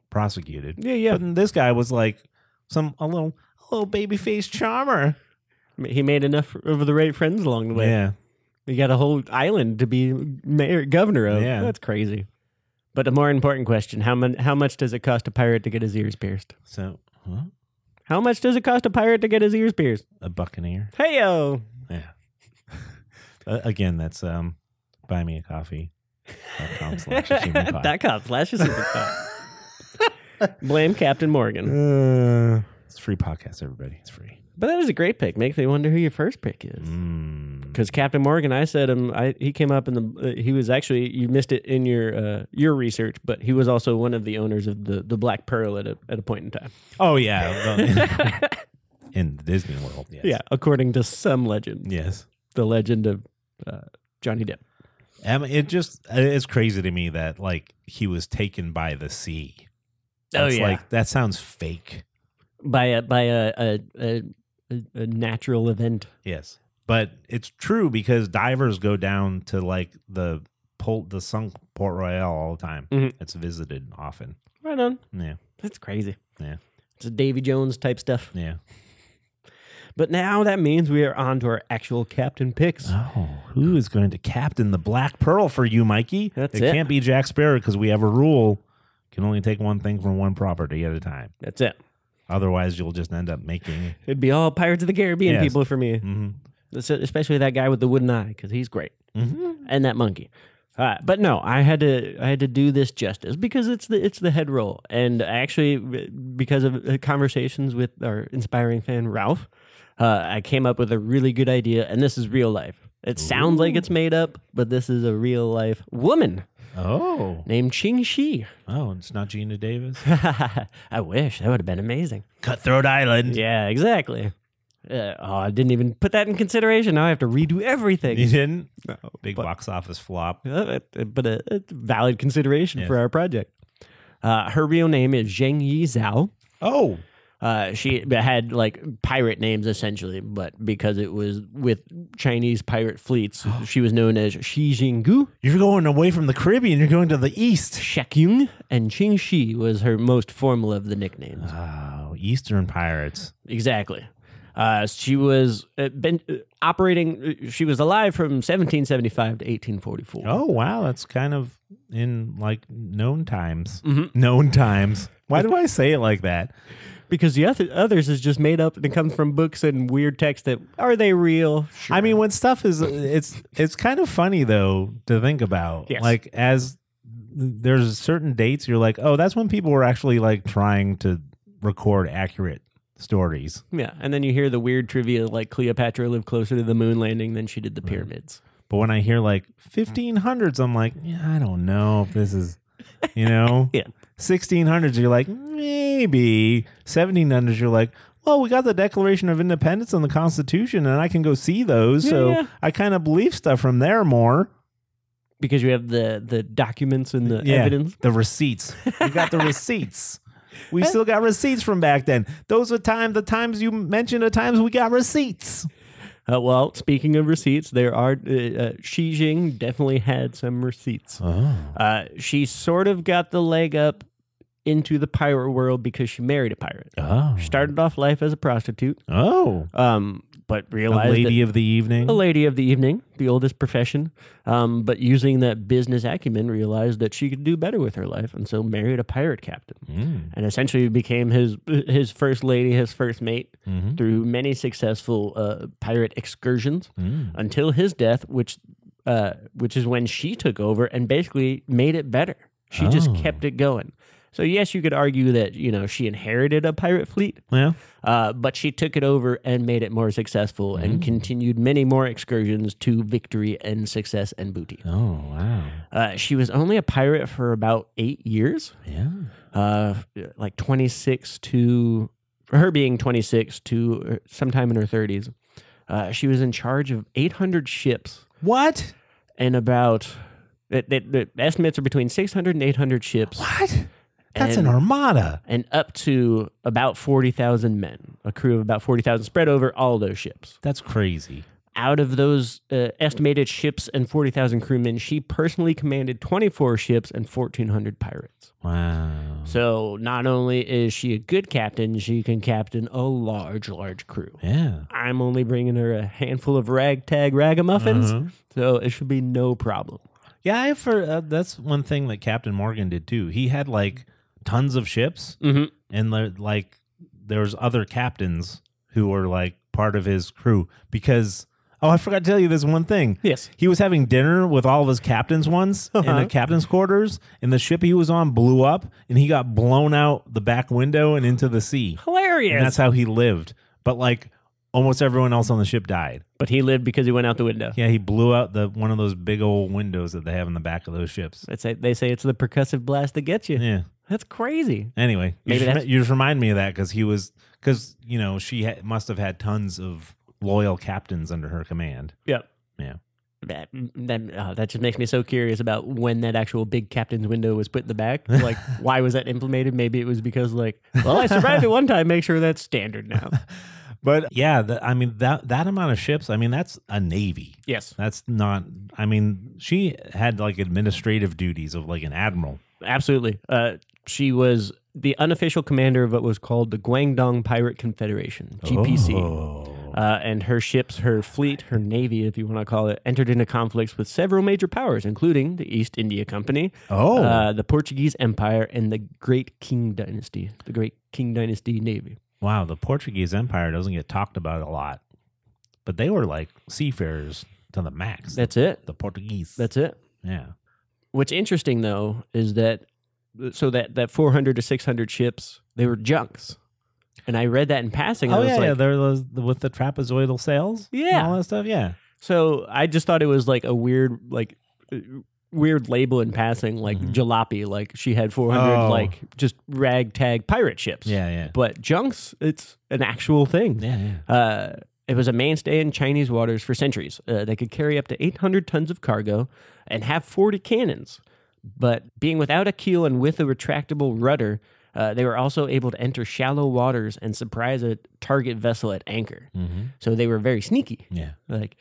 [SPEAKER 3] prosecuted.
[SPEAKER 4] Yeah, yeah.
[SPEAKER 3] But then this guy was like some a little a little baby faced charmer.
[SPEAKER 4] He made enough over the right friends along the way.
[SPEAKER 3] yeah.
[SPEAKER 4] He got a whole island to be mayor, governor of.
[SPEAKER 3] Yeah.
[SPEAKER 4] That's crazy. But a more important question how, mon- how much does it cost a pirate to get his ears pierced?
[SPEAKER 3] So huh?
[SPEAKER 4] How much does it cost a pirate to get his ears pierced?
[SPEAKER 3] A buccaneer.
[SPEAKER 4] Hey yo. [laughs]
[SPEAKER 3] Yeah. Uh, again, that's um, buy me a coffee.
[SPEAKER 4] [laughs]
[SPEAKER 3] slash achievement pod.
[SPEAKER 4] Dot com slash achievement
[SPEAKER 3] [laughs]
[SPEAKER 4] pod. Blame Captain Morgan.
[SPEAKER 3] Uh, it's free podcast, everybody. It's free.
[SPEAKER 4] But that is a great pick. Makes me wonder who your first pick is.
[SPEAKER 3] Mm.
[SPEAKER 4] Because Captain Morgan, I said him. I, he came up in the. Uh, he was actually you missed it in your uh, your research, but he was also one of the owners of the the Black Pearl at a at a point in time.
[SPEAKER 3] Oh
[SPEAKER 4] [laughs]
[SPEAKER 3] yeah, in the Disney World. Yes.
[SPEAKER 4] Yeah, according to some legend,
[SPEAKER 3] Yes.
[SPEAKER 4] the legend of uh, Johnny Depp.
[SPEAKER 3] Um, it just it's crazy to me that like he was taken by the sea.
[SPEAKER 4] Oh,
[SPEAKER 3] It's
[SPEAKER 4] yeah.
[SPEAKER 3] like that sounds fake.
[SPEAKER 4] by a by a a, a, a, a natural event.
[SPEAKER 3] Yes, but it's true because divers go down to like the pol- the sunk Port Royal all the time.
[SPEAKER 4] Mhm.
[SPEAKER 3] It's visited often.
[SPEAKER 4] Right on.
[SPEAKER 3] Yeah,
[SPEAKER 4] That's crazy.
[SPEAKER 3] Yeah.
[SPEAKER 4] It's a Davy Jones type stuff.
[SPEAKER 3] yeah.
[SPEAKER 4] But now that means we are on to our actual captain picks.
[SPEAKER 3] Oh, who is going to captain the Black Pearl for you, Mikey?
[SPEAKER 4] That's
[SPEAKER 3] it,
[SPEAKER 4] it.
[SPEAKER 3] can't be Jack Sparrow because we have a rule: can only take one thing from one property at a time.
[SPEAKER 4] That's it.
[SPEAKER 3] Otherwise, you'll just end up making.
[SPEAKER 4] It'd be all Pirates of the Caribbean
[SPEAKER 3] Yes.
[SPEAKER 4] people for me,
[SPEAKER 3] hmm
[SPEAKER 4] That's it, especially that guy with the wooden eye because he's great,
[SPEAKER 3] hmm
[SPEAKER 4] and that monkey. Uh, but no, I had to I had to do this justice because it's the it's the head roll, and actually because of uh, conversations with our inspiring fan Ralph, uh, I came up with a really good idea, and this is real life. It sounds like it's made up, but this is a real life woman
[SPEAKER 3] Oh,
[SPEAKER 4] named Ching Shi. [laughs]
[SPEAKER 3] oh, it's not Gina Davis.
[SPEAKER 4] I wish that would have been amazing.
[SPEAKER 3] Cutthroat Island.
[SPEAKER 4] Yeah, exactly. Uh, oh, I didn't even put that in consideration. Now I have to
[SPEAKER 3] [laughs]
[SPEAKER 4] redo
[SPEAKER 3] You
[SPEAKER 4] everything.
[SPEAKER 3] didn't?
[SPEAKER 4] No,
[SPEAKER 3] Big
[SPEAKER 4] but,
[SPEAKER 3] box office flop.
[SPEAKER 4] Uh, it- [laughs] but a, a valid consideration
[SPEAKER 3] Yes.
[SPEAKER 4] for our project. Uh, her real name is Zheng Yi Zhao.
[SPEAKER 3] [laughs] Oh,
[SPEAKER 4] Uh, she had like pirate names essentially, but because it was with Chinese pirate fleets, she was known as Shi Jinggu,
[SPEAKER 3] you're going away from the Caribbean. You're going to the East.
[SPEAKER 4] Shekyung, and Qing Shi was her most formal of the nicknames.
[SPEAKER 3] Oh, Eastern pirates.
[SPEAKER 4] Exactly. Uh, she was uh, been uh, operating. uh, She was alive from 1775 to 1844.
[SPEAKER 3] Oh, wow. That's kind of in like known times.
[SPEAKER 4] Mhm.
[SPEAKER 3] Known times. Why do I say it like that?
[SPEAKER 4] Because the oth- others is just made up and it comes from books and weird texts that are they real? Sure.
[SPEAKER 3] I mean, when stuff is, it's it's kind of funny though to think about.
[SPEAKER 4] Yes.
[SPEAKER 3] Like as there's certain dates, you're like, oh, that's when people were actually like trying to record accurate stories.
[SPEAKER 4] yeah. And then you hear the weird trivia like Cleopatra lived closer to the moon landing than she did the pyramids.
[SPEAKER 3] But when I hear like
[SPEAKER 4] Mm.
[SPEAKER 3] 1500s, I'm like, yeah, I don't know if this is, you know,
[SPEAKER 4] [laughs] Yeah.
[SPEAKER 3] 1600s, you're like, maybe. 1700s, you're like, well, we got the Declaration of Independence and the Constitution, and I can go see those. so
[SPEAKER 4] Yeah, yeah.
[SPEAKER 3] I kind of believe stuff from there more.
[SPEAKER 4] Because you have the the documents and the
[SPEAKER 3] Yeah.
[SPEAKER 4] evidence.
[SPEAKER 3] The receipts. We got the
[SPEAKER 4] [laughs]
[SPEAKER 3] receipts. We still got receipts from back then. Those are time the times you mentioned the times we got receipts.
[SPEAKER 4] Uh, well, speaking of receipts, there are uh, uh, Xi Jing definitely had some receipts.
[SPEAKER 3] Oh.
[SPEAKER 4] Uh, she sort of got the leg up into the pirate world because she married a pirate.
[SPEAKER 3] Oh.
[SPEAKER 4] Started off life as a prostitute,
[SPEAKER 3] Oh.
[SPEAKER 4] um, but
[SPEAKER 3] A
[SPEAKER 4] realized
[SPEAKER 3] lady
[SPEAKER 4] that-
[SPEAKER 3] of the evening.
[SPEAKER 4] a lady of the evening, the oldest profession. Um, but using that business acumen, realized that she could do better with her life, and so married a pirate captain,
[SPEAKER 3] Mm.
[SPEAKER 4] and essentially became his his first lady, his first mate
[SPEAKER 3] Mhm.
[SPEAKER 4] through many successful uh, pirate excursions
[SPEAKER 3] Mm.
[SPEAKER 4] until his death, which uh, which is when she took over and basically made it better. She just
[SPEAKER 3] Oh.
[SPEAKER 4] kept it going. So yes, you could argue that you know she inherited a pirate fleet,
[SPEAKER 3] Yeah.
[SPEAKER 4] uh, but she took it over and made it more successful and continued many more excursions to victory and success and booty.
[SPEAKER 3] Oh wow.
[SPEAKER 4] Uh, she was only a pirate for about eight years,
[SPEAKER 3] Yeah.
[SPEAKER 4] uh, like twenty six to her being twenty six to sometime in her thirties. Uh, she was in charge of eight hundred ships
[SPEAKER 3] What?
[SPEAKER 4] and about the, the, the estimates are between 600 and 800 ships
[SPEAKER 3] What? That's
[SPEAKER 4] And-
[SPEAKER 3] an armada.
[SPEAKER 4] and up to about 40,000 men, a crew of about 40,000 spread over all those ships.
[SPEAKER 3] That's crazy.
[SPEAKER 4] Out of those uh, estimated ships and 40,000 crewmen, she personally commanded 24 ships and 1,400 pirates.
[SPEAKER 3] Wow.
[SPEAKER 4] So not only is she a good captain, she can captain a large, large crew.
[SPEAKER 3] Yeah.
[SPEAKER 4] I'm only bringing her a handful of ragtag ragamuffins,
[SPEAKER 3] Uh-huh.
[SPEAKER 4] so it should be no problem.
[SPEAKER 3] Yeah, I for uh, that's one thing that Captain Morgan did too. He had like tons of ships
[SPEAKER 4] Mm-hmm.
[SPEAKER 3] and they're, like th- there's other captains who were like part of his crew because oh, I forgot to tell you this one thing.
[SPEAKER 4] Yes.
[SPEAKER 3] He was having dinner with all of his captains once in the
[SPEAKER 4] Uh-huh.
[SPEAKER 3] captain's quarters, and the ship he was on blew up, and he got blown out the back window and into the sea. And that's
[SPEAKER 5] Hilarious.
[SPEAKER 3] how he lived. But like almost everyone else on the ship died.
[SPEAKER 4] But he lived because he went out the window.
[SPEAKER 3] Yeah, he blew out the one of those big old windows that they have in the back of those ships.
[SPEAKER 4] That's it. They say it's the percussive blast that gets you.
[SPEAKER 3] Yeah.
[SPEAKER 4] That's crazy.
[SPEAKER 3] Anyway,
[SPEAKER 4] Maybe
[SPEAKER 3] you just,
[SPEAKER 4] that's-
[SPEAKER 3] you just remind me of that because he was because you know she ha- must have had tons of loyal captains under her command.
[SPEAKER 4] Yep.
[SPEAKER 3] Yeah.
[SPEAKER 4] That that oh, that just makes me so curious about when that actual big captain's window was put in the [laughs] back. Like, why was that implemented? Maybe it was because like, well, I survived it one time. Make sure that's standard now.
[SPEAKER 3] But yeah, the, I mean that that amount of ships. I mean that's a navy.
[SPEAKER 4] [laughs] Yes,
[SPEAKER 3] That's not. I mean she had like administrative duties of like an admiral.
[SPEAKER 4] absolutely. Uh, she was the unofficial commander of what was called the Guangdong Pirate Confederation (GPC).
[SPEAKER 3] Oh.
[SPEAKER 4] Uh, and her ships, her fleet, her navy, if you want to call it, entered into conflicts with several major powers, including the East India Company,
[SPEAKER 3] Oh.
[SPEAKER 4] uh, the Portuguese Empire, and the Great King Dynasty, the Great King Dynasty Navy.
[SPEAKER 3] wow, the Portuguese Empire doesn't get talked about a lot, but they were like seafarers to the max.
[SPEAKER 4] That's it.
[SPEAKER 3] the Portuguese.
[SPEAKER 4] That's it.
[SPEAKER 3] yeah.
[SPEAKER 4] What's interesting though is that so that that 400 to 600 ships, they were junks, and I read that in passing. and
[SPEAKER 3] Oh
[SPEAKER 4] I was
[SPEAKER 3] yeah,
[SPEAKER 4] like,
[SPEAKER 3] yeah. There was with the trapezoidal sails. and
[SPEAKER 4] Yeah.
[SPEAKER 3] all that stuff. Yeah.
[SPEAKER 4] So I just thought it was like a weird, like uh, weird label in passing, like
[SPEAKER 3] Mhm.
[SPEAKER 4] jalopy. Like she had 400,
[SPEAKER 3] Oh.
[SPEAKER 4] like just ragtag pirate ships.
[SPEAKER 3] Yeah, yeah.
[SPEAKER 4] But junks, it's an actual thing.
[SPEAKER 3] Yeah, yeah.
[SPEAKER 4] Uh, it was a mainstay in Chinese waters for centuries. Uh, they could carry up to 800 tons of cargo and have 40 cannons. But being without a keel and with a retractable rudder, uh, they were also able to enter shallow waters and surprise a target vessel at anchor.
[SPEAKER 3] Mm-hmm.
[SPEAKER 4] So they were very sneaky
[SPEAKER 3] Yeah.
[SPEAKER 4] like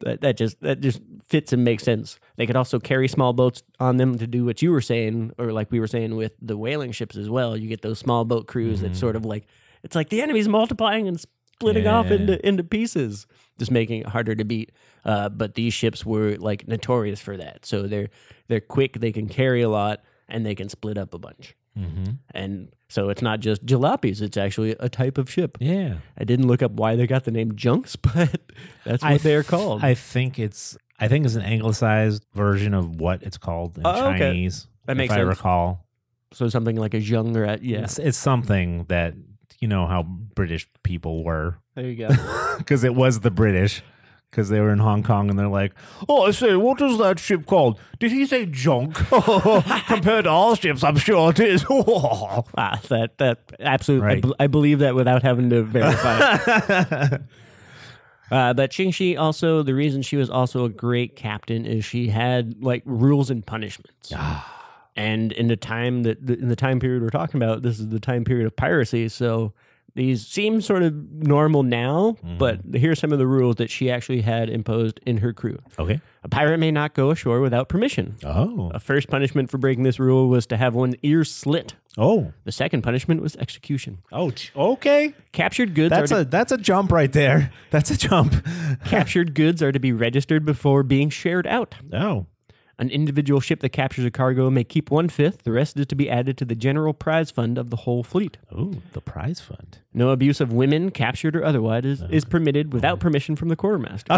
[SPEAKER 4] that, that just that just fits and makes sense they could also carry small boats on them to do what you were saying or like we were saying with the whaling ships as well you get those small boat crews
[SPEAKER 3] Mm-hmm.
[SPEAKER 4] that sort of like it's like the enemy's multiplying and splitting off
[SPEAKER 3] Yeah.
[SPEAKER 4] into into pieces just making it harder to beat uh, but these ships were like notorious for that so they're they're quick they can carry a lot and they can split up a bunch
[SPEAKER 3] Mm-hmm.
[SPEAKER 4] and so it's not just jalopies it's actually a type of ship
[SPEAKER 3] Yeah.
[SPEAKER 4] i didn't look up why they got the name junks [laughs] but that's what they're called
[SPEAKER 3] I think it's I think it's an anglicized version of what it's called in
[SPEAKER 4] Oh, okay.
[SPEAKER 3] Chinese.
[SPEAKER 4] That
[SPEAKER 3] if
[SPEAKER 4] makes
[SPEAKER 3] I
[SPEAKER 4] sense.
[SPEAKER 3] recall.
[SPEAKER 4] So something like a young or a, yeah.
[SPEAKER 3] It's, it's something that you know how British people were
[SPEAKER 4] There you go.
[SPEAKER 3] because it was the British. Because they were in Hong Kong and they're like, oh, I say, what is that ship called? Did he say junk? [laughs] Compared to all ships, I'm sure it is.
[SPEAKER 4] [laughs]
[SPEAKER 3] [laughs]
[SPEAKER 4] ah, that that absolutely. I,
[SPEAKER 3] Right.
[SPEAKER 4] bel- I believe that without having
[SPEAKER 3] [laughs]
[SPEAKER 4] to verify. uh, but Qingxi also the reason she was also a great captain is she had like rules and punishments. and in the time that in the time period we're talking about, this is the time period of piracy. So these seem sort of normal now, but here's some of the rules that she actually had imposed in her crew.
[SPEAKER 3] okay.
[SPEAKER 4] A pirate may not go ashore without permission.
[SPEAKER 3] Oh.
[SPEAKER 4] A first punishment for breaking this rule was to have one's ear slit
[SPEAKER 3] Oh.
[SPEAKER 4] The second punishment was execution.
[SPEAKER 3] Oh. Okay.
[SPEAKER 4] Captured goods
[SPEAKER 3] That's
[SPEAKER 4] are
[SPEAKER 3] a
[SPEAKER 4] to,
[SPEAKER 3] that's a jump right there. That's a jump.
[SPEAKER 4] [laughs] captured goods are to be registered before being shared out.
[SPEAKER 3] Oh.
[SPEAKER 4] An individual ship that captures a cargo may keep one fifth. The rest is to be added to the general prize fund of the whole fleet.
[SPEAKER 3] Ooh, the prize fund.
[SPEAKER 4] No abuse of women, captured or otherwise, is, is permitted without permission from the quartermaster.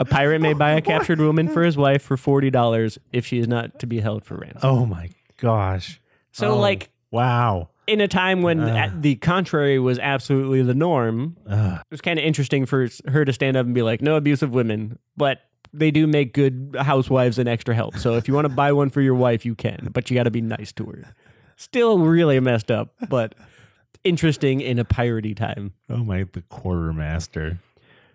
[SPEAKER 4] A pirate may buy a captured woman for his wife for forty dollars if she is not to be held for ransom.
[SPEAKER 3] [laughs] oh my gosh.
[SPEAKER 4] So,
[SPEAKER 3] Oh, Uh.
[SPEAKER 4] like
[SPEAKER 3] wow.
[SPEAKER 4] in a time when a- the contrary was absolutely the norm,
[SPEAKER 3] Ugh.
[SPEAKER 4] it was kind of interesting for s- her to stand up and be like, no abuse of women, but they do make good housewives and extra help. So if you want to buy one for your wife, you can, but you got to be nice to her. Still really messed up, but interesting in a piratey time.
[SPEAKER 3] Oh my the quartermaster.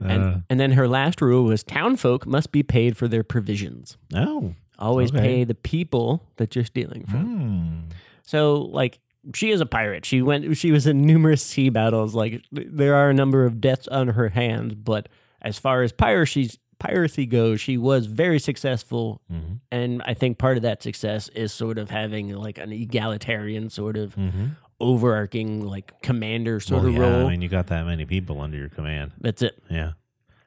[SPEAKER 4] And,
[SPEAKER 3] Uh.
[SPEAKER 4] and then her last rule was townfolk must be paid for their provisions.
[SPEAKER 3] Uh, oh.
[SPEAKER 4] Always
[SPEAKER 3] Okay.
[SPEAKER 4] pay the people that you're stealing from.
[SPEAKER 3] Hmm.
[SPEAKER 4] So like she is a pirate. She went she was in numerous sea battles. Like th- there are a number of deaths on her hands, but as far as piracy piracy goes, she was very successful
[SPEAKER 3] Mhm.
[SPEAKER 4] and I think part of that success is sort of having like an egalitarian sort of
[SPEAKER 3] Mhm.
[SPEAKER 4] overarching like commander sort
[SPEAKER 3] Well,
[SPEAKER 4] of
[SPEAKER 3] yeah,
[SPEAKER 4] role.
[SPEAKER 3] I mean, you got that many people under your command.
[SPEAKER 4] That's it.
[SPEAKER 3] Yeah.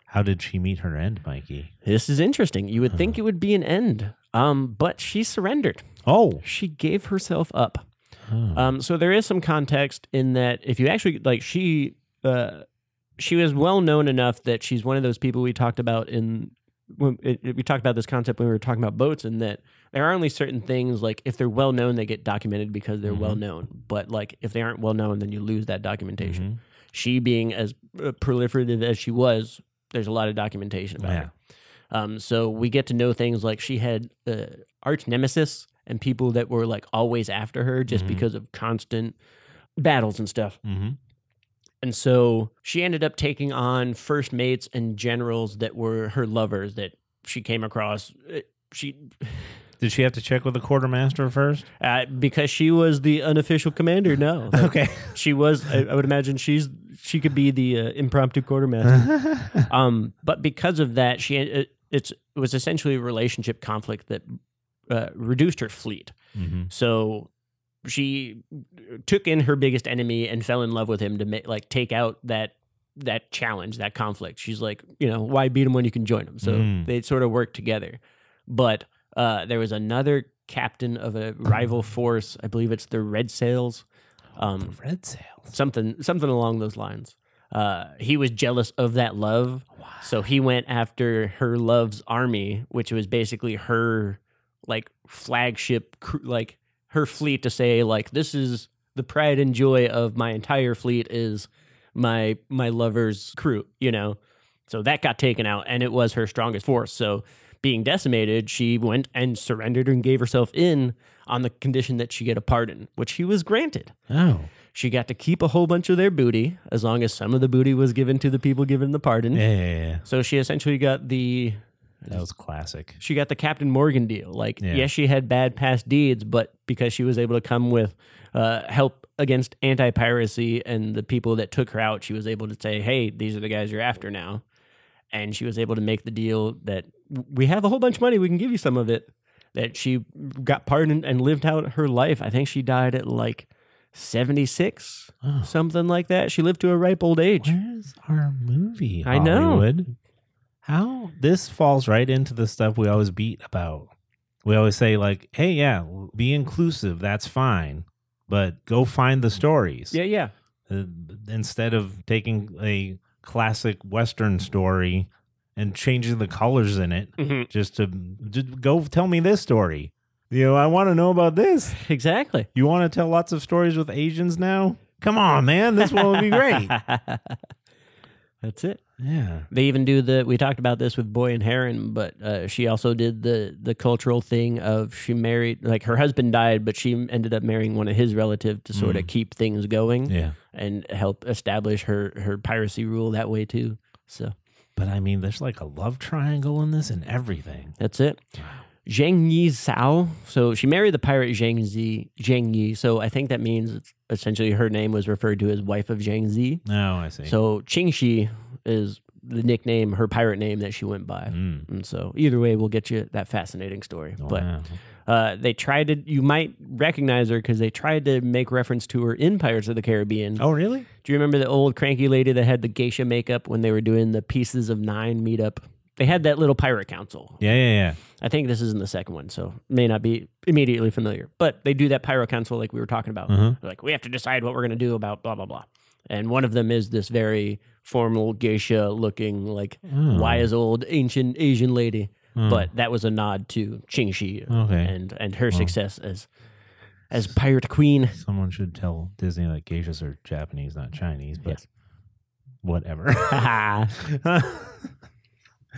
[SPEAKER 3] How did she meet her end, Mikey?
[SPEAKER 4] This is interesting. You would think it would be an end. Um but she surrendered.
[SPEAKER 3] Oh.
[SPEAKER 4] She gave herself up.
[SPEAKER 3] Oh.
[SPEAKER 4] Um, so there is some context in that if you actually like she uh, she was well known enough that she's one of those people we talked about in when it, it- we talked about this concept when we were talking about boats and that there are only certain things like if they're well known they get documented because they're
[SPEAKER 3] Mhm.
[SPEAKER 4] well known but like if they aren't well known then you lose that documentation
[SPEAKER 3] Mhm.
[SPEAKER 4] she being as uh, proliferative as she was there's a lot of documentation about
[SPEAKER 3] Yeah.
[SPEAKER 4] her um, so we get to know things like she had uh, arch nemesis and people that were like always after her just
[SPEAKER 3] Mhm.
[SPEAKER 4] because of constant battles and stuff.
[SPEAKER 3] Mhm.
[SPEAKER 4] And so she ended up taking on first mates and generals that were her lovers that she came across. Uh, She
[SPEAKER 3] Did she have to check with the quartermaster
[SPEAKER 4] [laughs]
[SPEAKER 3] first?
[SPEAKER 4] uh, because she was the unofficial commander. No, Like,
[SPEAKER 3] Okay.
[SPEAKER 4] she was. I, I would imagine she's she could be the uh, impromptu quartermaster.
[SPEAKER 3] Mm-hmm.
[SPEAKER 4] [laughs] um, but because of that, she it, it's it was essentially a relationship conflict that uh, reduced her fleet.
[SPEAKER 3] Mhm.
[SPEAKER 4] So she took in her biggest enemy and fell in love with him to ma- like take out that that challenge, that conflict. She's like, you know, why beat him when you can join him? So
[SPEAKER 3] Mm.
[SPEAKER 4] they sort of worked together. But uh, there was another captain of a rival force. I believe it's the Red Sails.
[SPEAKER 3] The
[SPEAKER 4] Um,
[SPEAKER 3] Red sails.
[SPEAKER 4] something something along those lines. Uh, he was jealous of that love, so he went after her love's army, which was basically her like flagship, cr- like her fleet to say like this is the pride and joy of my entire fleet is my my lover's crew, you know. So that got taken out, and it was her strongest force. So being decimated, she went and surrendered and gave herself in on the condition that she get a pardon, which he was granted.
[SPEAKER 3] Oh.
[SPEAKER 4] She got to keep a whole bunch of their booty as long as some of the booty was given to the people given the pardon.
[SPEAKER 3] Yeah, yeah, yeah.
[SPEAKER 4] So she essentially got the
[SPEAKER 3] That was classic.
[SPEAKER 4] she got the Captain Morgan deal. Like
[SPEAKER 3] Yeah.
[SPEAKER 4] yes, she had bad past deeds, but because she was able to come with uh, help against anti-piracy and the people that took her out, she was able to say, "Hey, these are the guys you're after now." And she was able to make the deal that we have a whole bunch of money, we can give you some of it. That she got pardoned and lived out her life. I think she died at like 76
[SPEAKER 3] Oh.
[SPEAKER 4] something like that. She lived to a ripe old age.
[SPEAKER 3] Where's our movie?
[SPEAKER 4] I know.
[SPEAKER 3] Hollywood? How this falls right into the stuff we always beat about. We always say like, "Hey, yeah, be inclusive. That's fine, but go find the stories."
[SPEAKER 4] Yeah, yeah.
[SPEAKER 3] Uh, instead of taking a classic Western story and changing the colors in it,
[SPEAKER 4] Mhm.
[SPEAKER 3] just to just go tell me this story. You know, I want to know about this.
[SPEAKER 4] Exactly.
[SPEAKER 3] You want to tell lots of stories with Asians now? Come on, man. This one would be great.
[SPEAKER 4] [laughs] That's it.
[SPEAKER 3] yeah.
[SPEAKER 4] They even do the. We talked about this with Boy and Heron, but uh, she also did the the cultural thing of she married like her husband died, but she ended up marrying one of his relative to sort of keep things going
[SPEAKER 3] Yeah.
[SPEAKER 4] and help establish her her piracy rule that way too. So
[SPEAKER 3] But I mean, there's like a love triangle in this and everything.
[SPEAKER 4] that's it. Zhang Yi Sao. So she married the pirate Zhang Zi Zhang Yi. So I think that means it's essentially her name was referred to as wife of Zhang Zi.
[SPEAKER 3] No, Oh, I see.
[SPEAKER 4] So Qingxi is the nickname, her pirate name that she went by.
[SPEAKER 3] Mm. Oh,
[SPEAKER 4] And so either way, we'll get you that fascinating story. But
[SPEAKER 3] Wow.
[SPEAKER 4] uh, they tried to, you might recognize her because they tried to make reference to her in Pirates of the Caribbean.
[SPEAKER 3] oh, really?
[SPEAKER 4] Do you remember the old cranky lady that had the geisha makeup when they were doing the Pieces of Nine meetup? They had that little pirate council.
[SPEAKER 3] Yeah, yeah, yeah.
[SPEAKER 4] I think this is in the second one, so may not be immediately familiar. But they do that pyro council like we were talking about.
[SPEAKER 3] Uh-huh.
[SPEAKER 4] They're Like we have to decide what we're going to do about blah blah blah. And one of them is this very formal geisha looking like
[SPEAKER 3] Oh.
[SPEAKER 4] wise old ancient Asian lady.
[SPEAKER 3] Oh.
[SPEAKER 4] But that was a nod to Qing Shi
[SPEAKER 3] Okay.
[SPEAKER 4] and and her success as as pirate queen. [laughs]
[SPEAKER 3] Someone should tell Disney that geishas are Japanese, not Chinese, but
[SPEAKER 4] Yes. [laughs]
[SPEAKER 3] whatever.
[SPEAKER 4] Haha.
[SPEAKER 3] [laughs]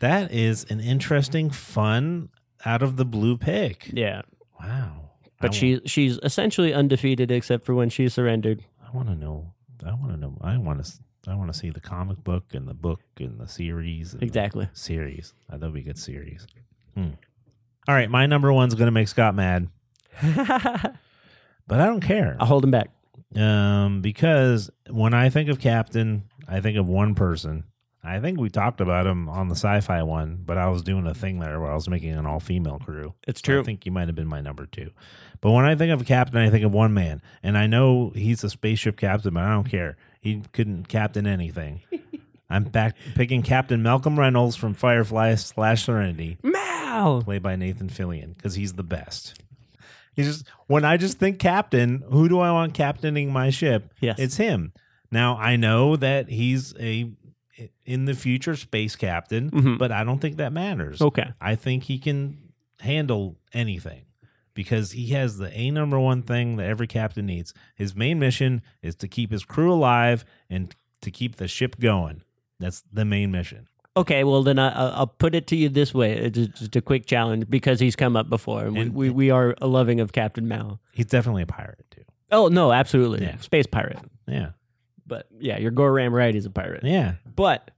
[SPEAKER 3] that is an interesting, fun, out of the blue pick.
[SPEAKER 4] yeah,
[SPEAKER 3] Wow.
[SPEAKER 4] but
[SPEAKER 3] I
[SPEAKER 4] she she's essentially undefeated except for when she surrendered.
[SPEAKER 3] I want to know. I want to know. I want to. I want to see the comic book and the book and the series. And the
[SPEAKER 4] Exactly.
[SPEAKER 3] series. Uh, that'll be a good series. Hmm. All right, my number one's gonna make Scott
[SPEAKER 4] [laughs]
[SPEAKER 3] mad,
[SPEAKER 4] I'll
[SPEAKER 3] but I don't care.
[SPEAKER 4] hold him back.
[SPEAKER 3] Um, because when I think of Captain, I think of one person. I think we talked about him on the sci-fi one, but I was doing a thing there where I was making an all-female crew.
[SPEAKER 4] It's
[SPEAKER 3] I think you might have been my number two. But when I think of captain, I think of one man. And I know he's a spaceship captain, but I don't care. He couldn't captain anything. I'm back picking Captain Malcolm Reynolds from Firefly slash Serenity,
[SPEAKER 4] Mal.
[SPEAKER 3] played by Nathan Fillion, because he's the best. He's just when I just think captain, who do I want captaining my ship?
[SPEAKER 4] Yes.
[SPEAKER 3] It's him. Now I know that he's a in the future space captain,
[SPEAKER 4] Mhm.
[SPEAKER 3] but I don't think that matters.
[SPEAKER 4] okay.
[SPEAKER 3] I think he can handle anything because he has the a number one thing that every captain needs. His main mission is to keep his crew alive and to keep the ship going. That's the main mission.
[SPEAKER 4] Okay, well then I, I- I'll put it to you this way: it's just- just a quick challenge because he's come up before, and, we-
[SPEAKER 3] And-
[SPEAKER 4] we, we are a loving of Captain Mao.
[SPEAKER 3] He's definitely a pirate too.
[SPEAKER 4] Oh no, absolutely,
[SPEAKER 3] Yeah.
[SPEAKER 4] space pirate.
[SPEAKER 3] Yeah,
[SPEAKER 4] But yeah, your Goram right is a pirate.
[SPEAKER 3] yeah.
[SPEAKER 4] But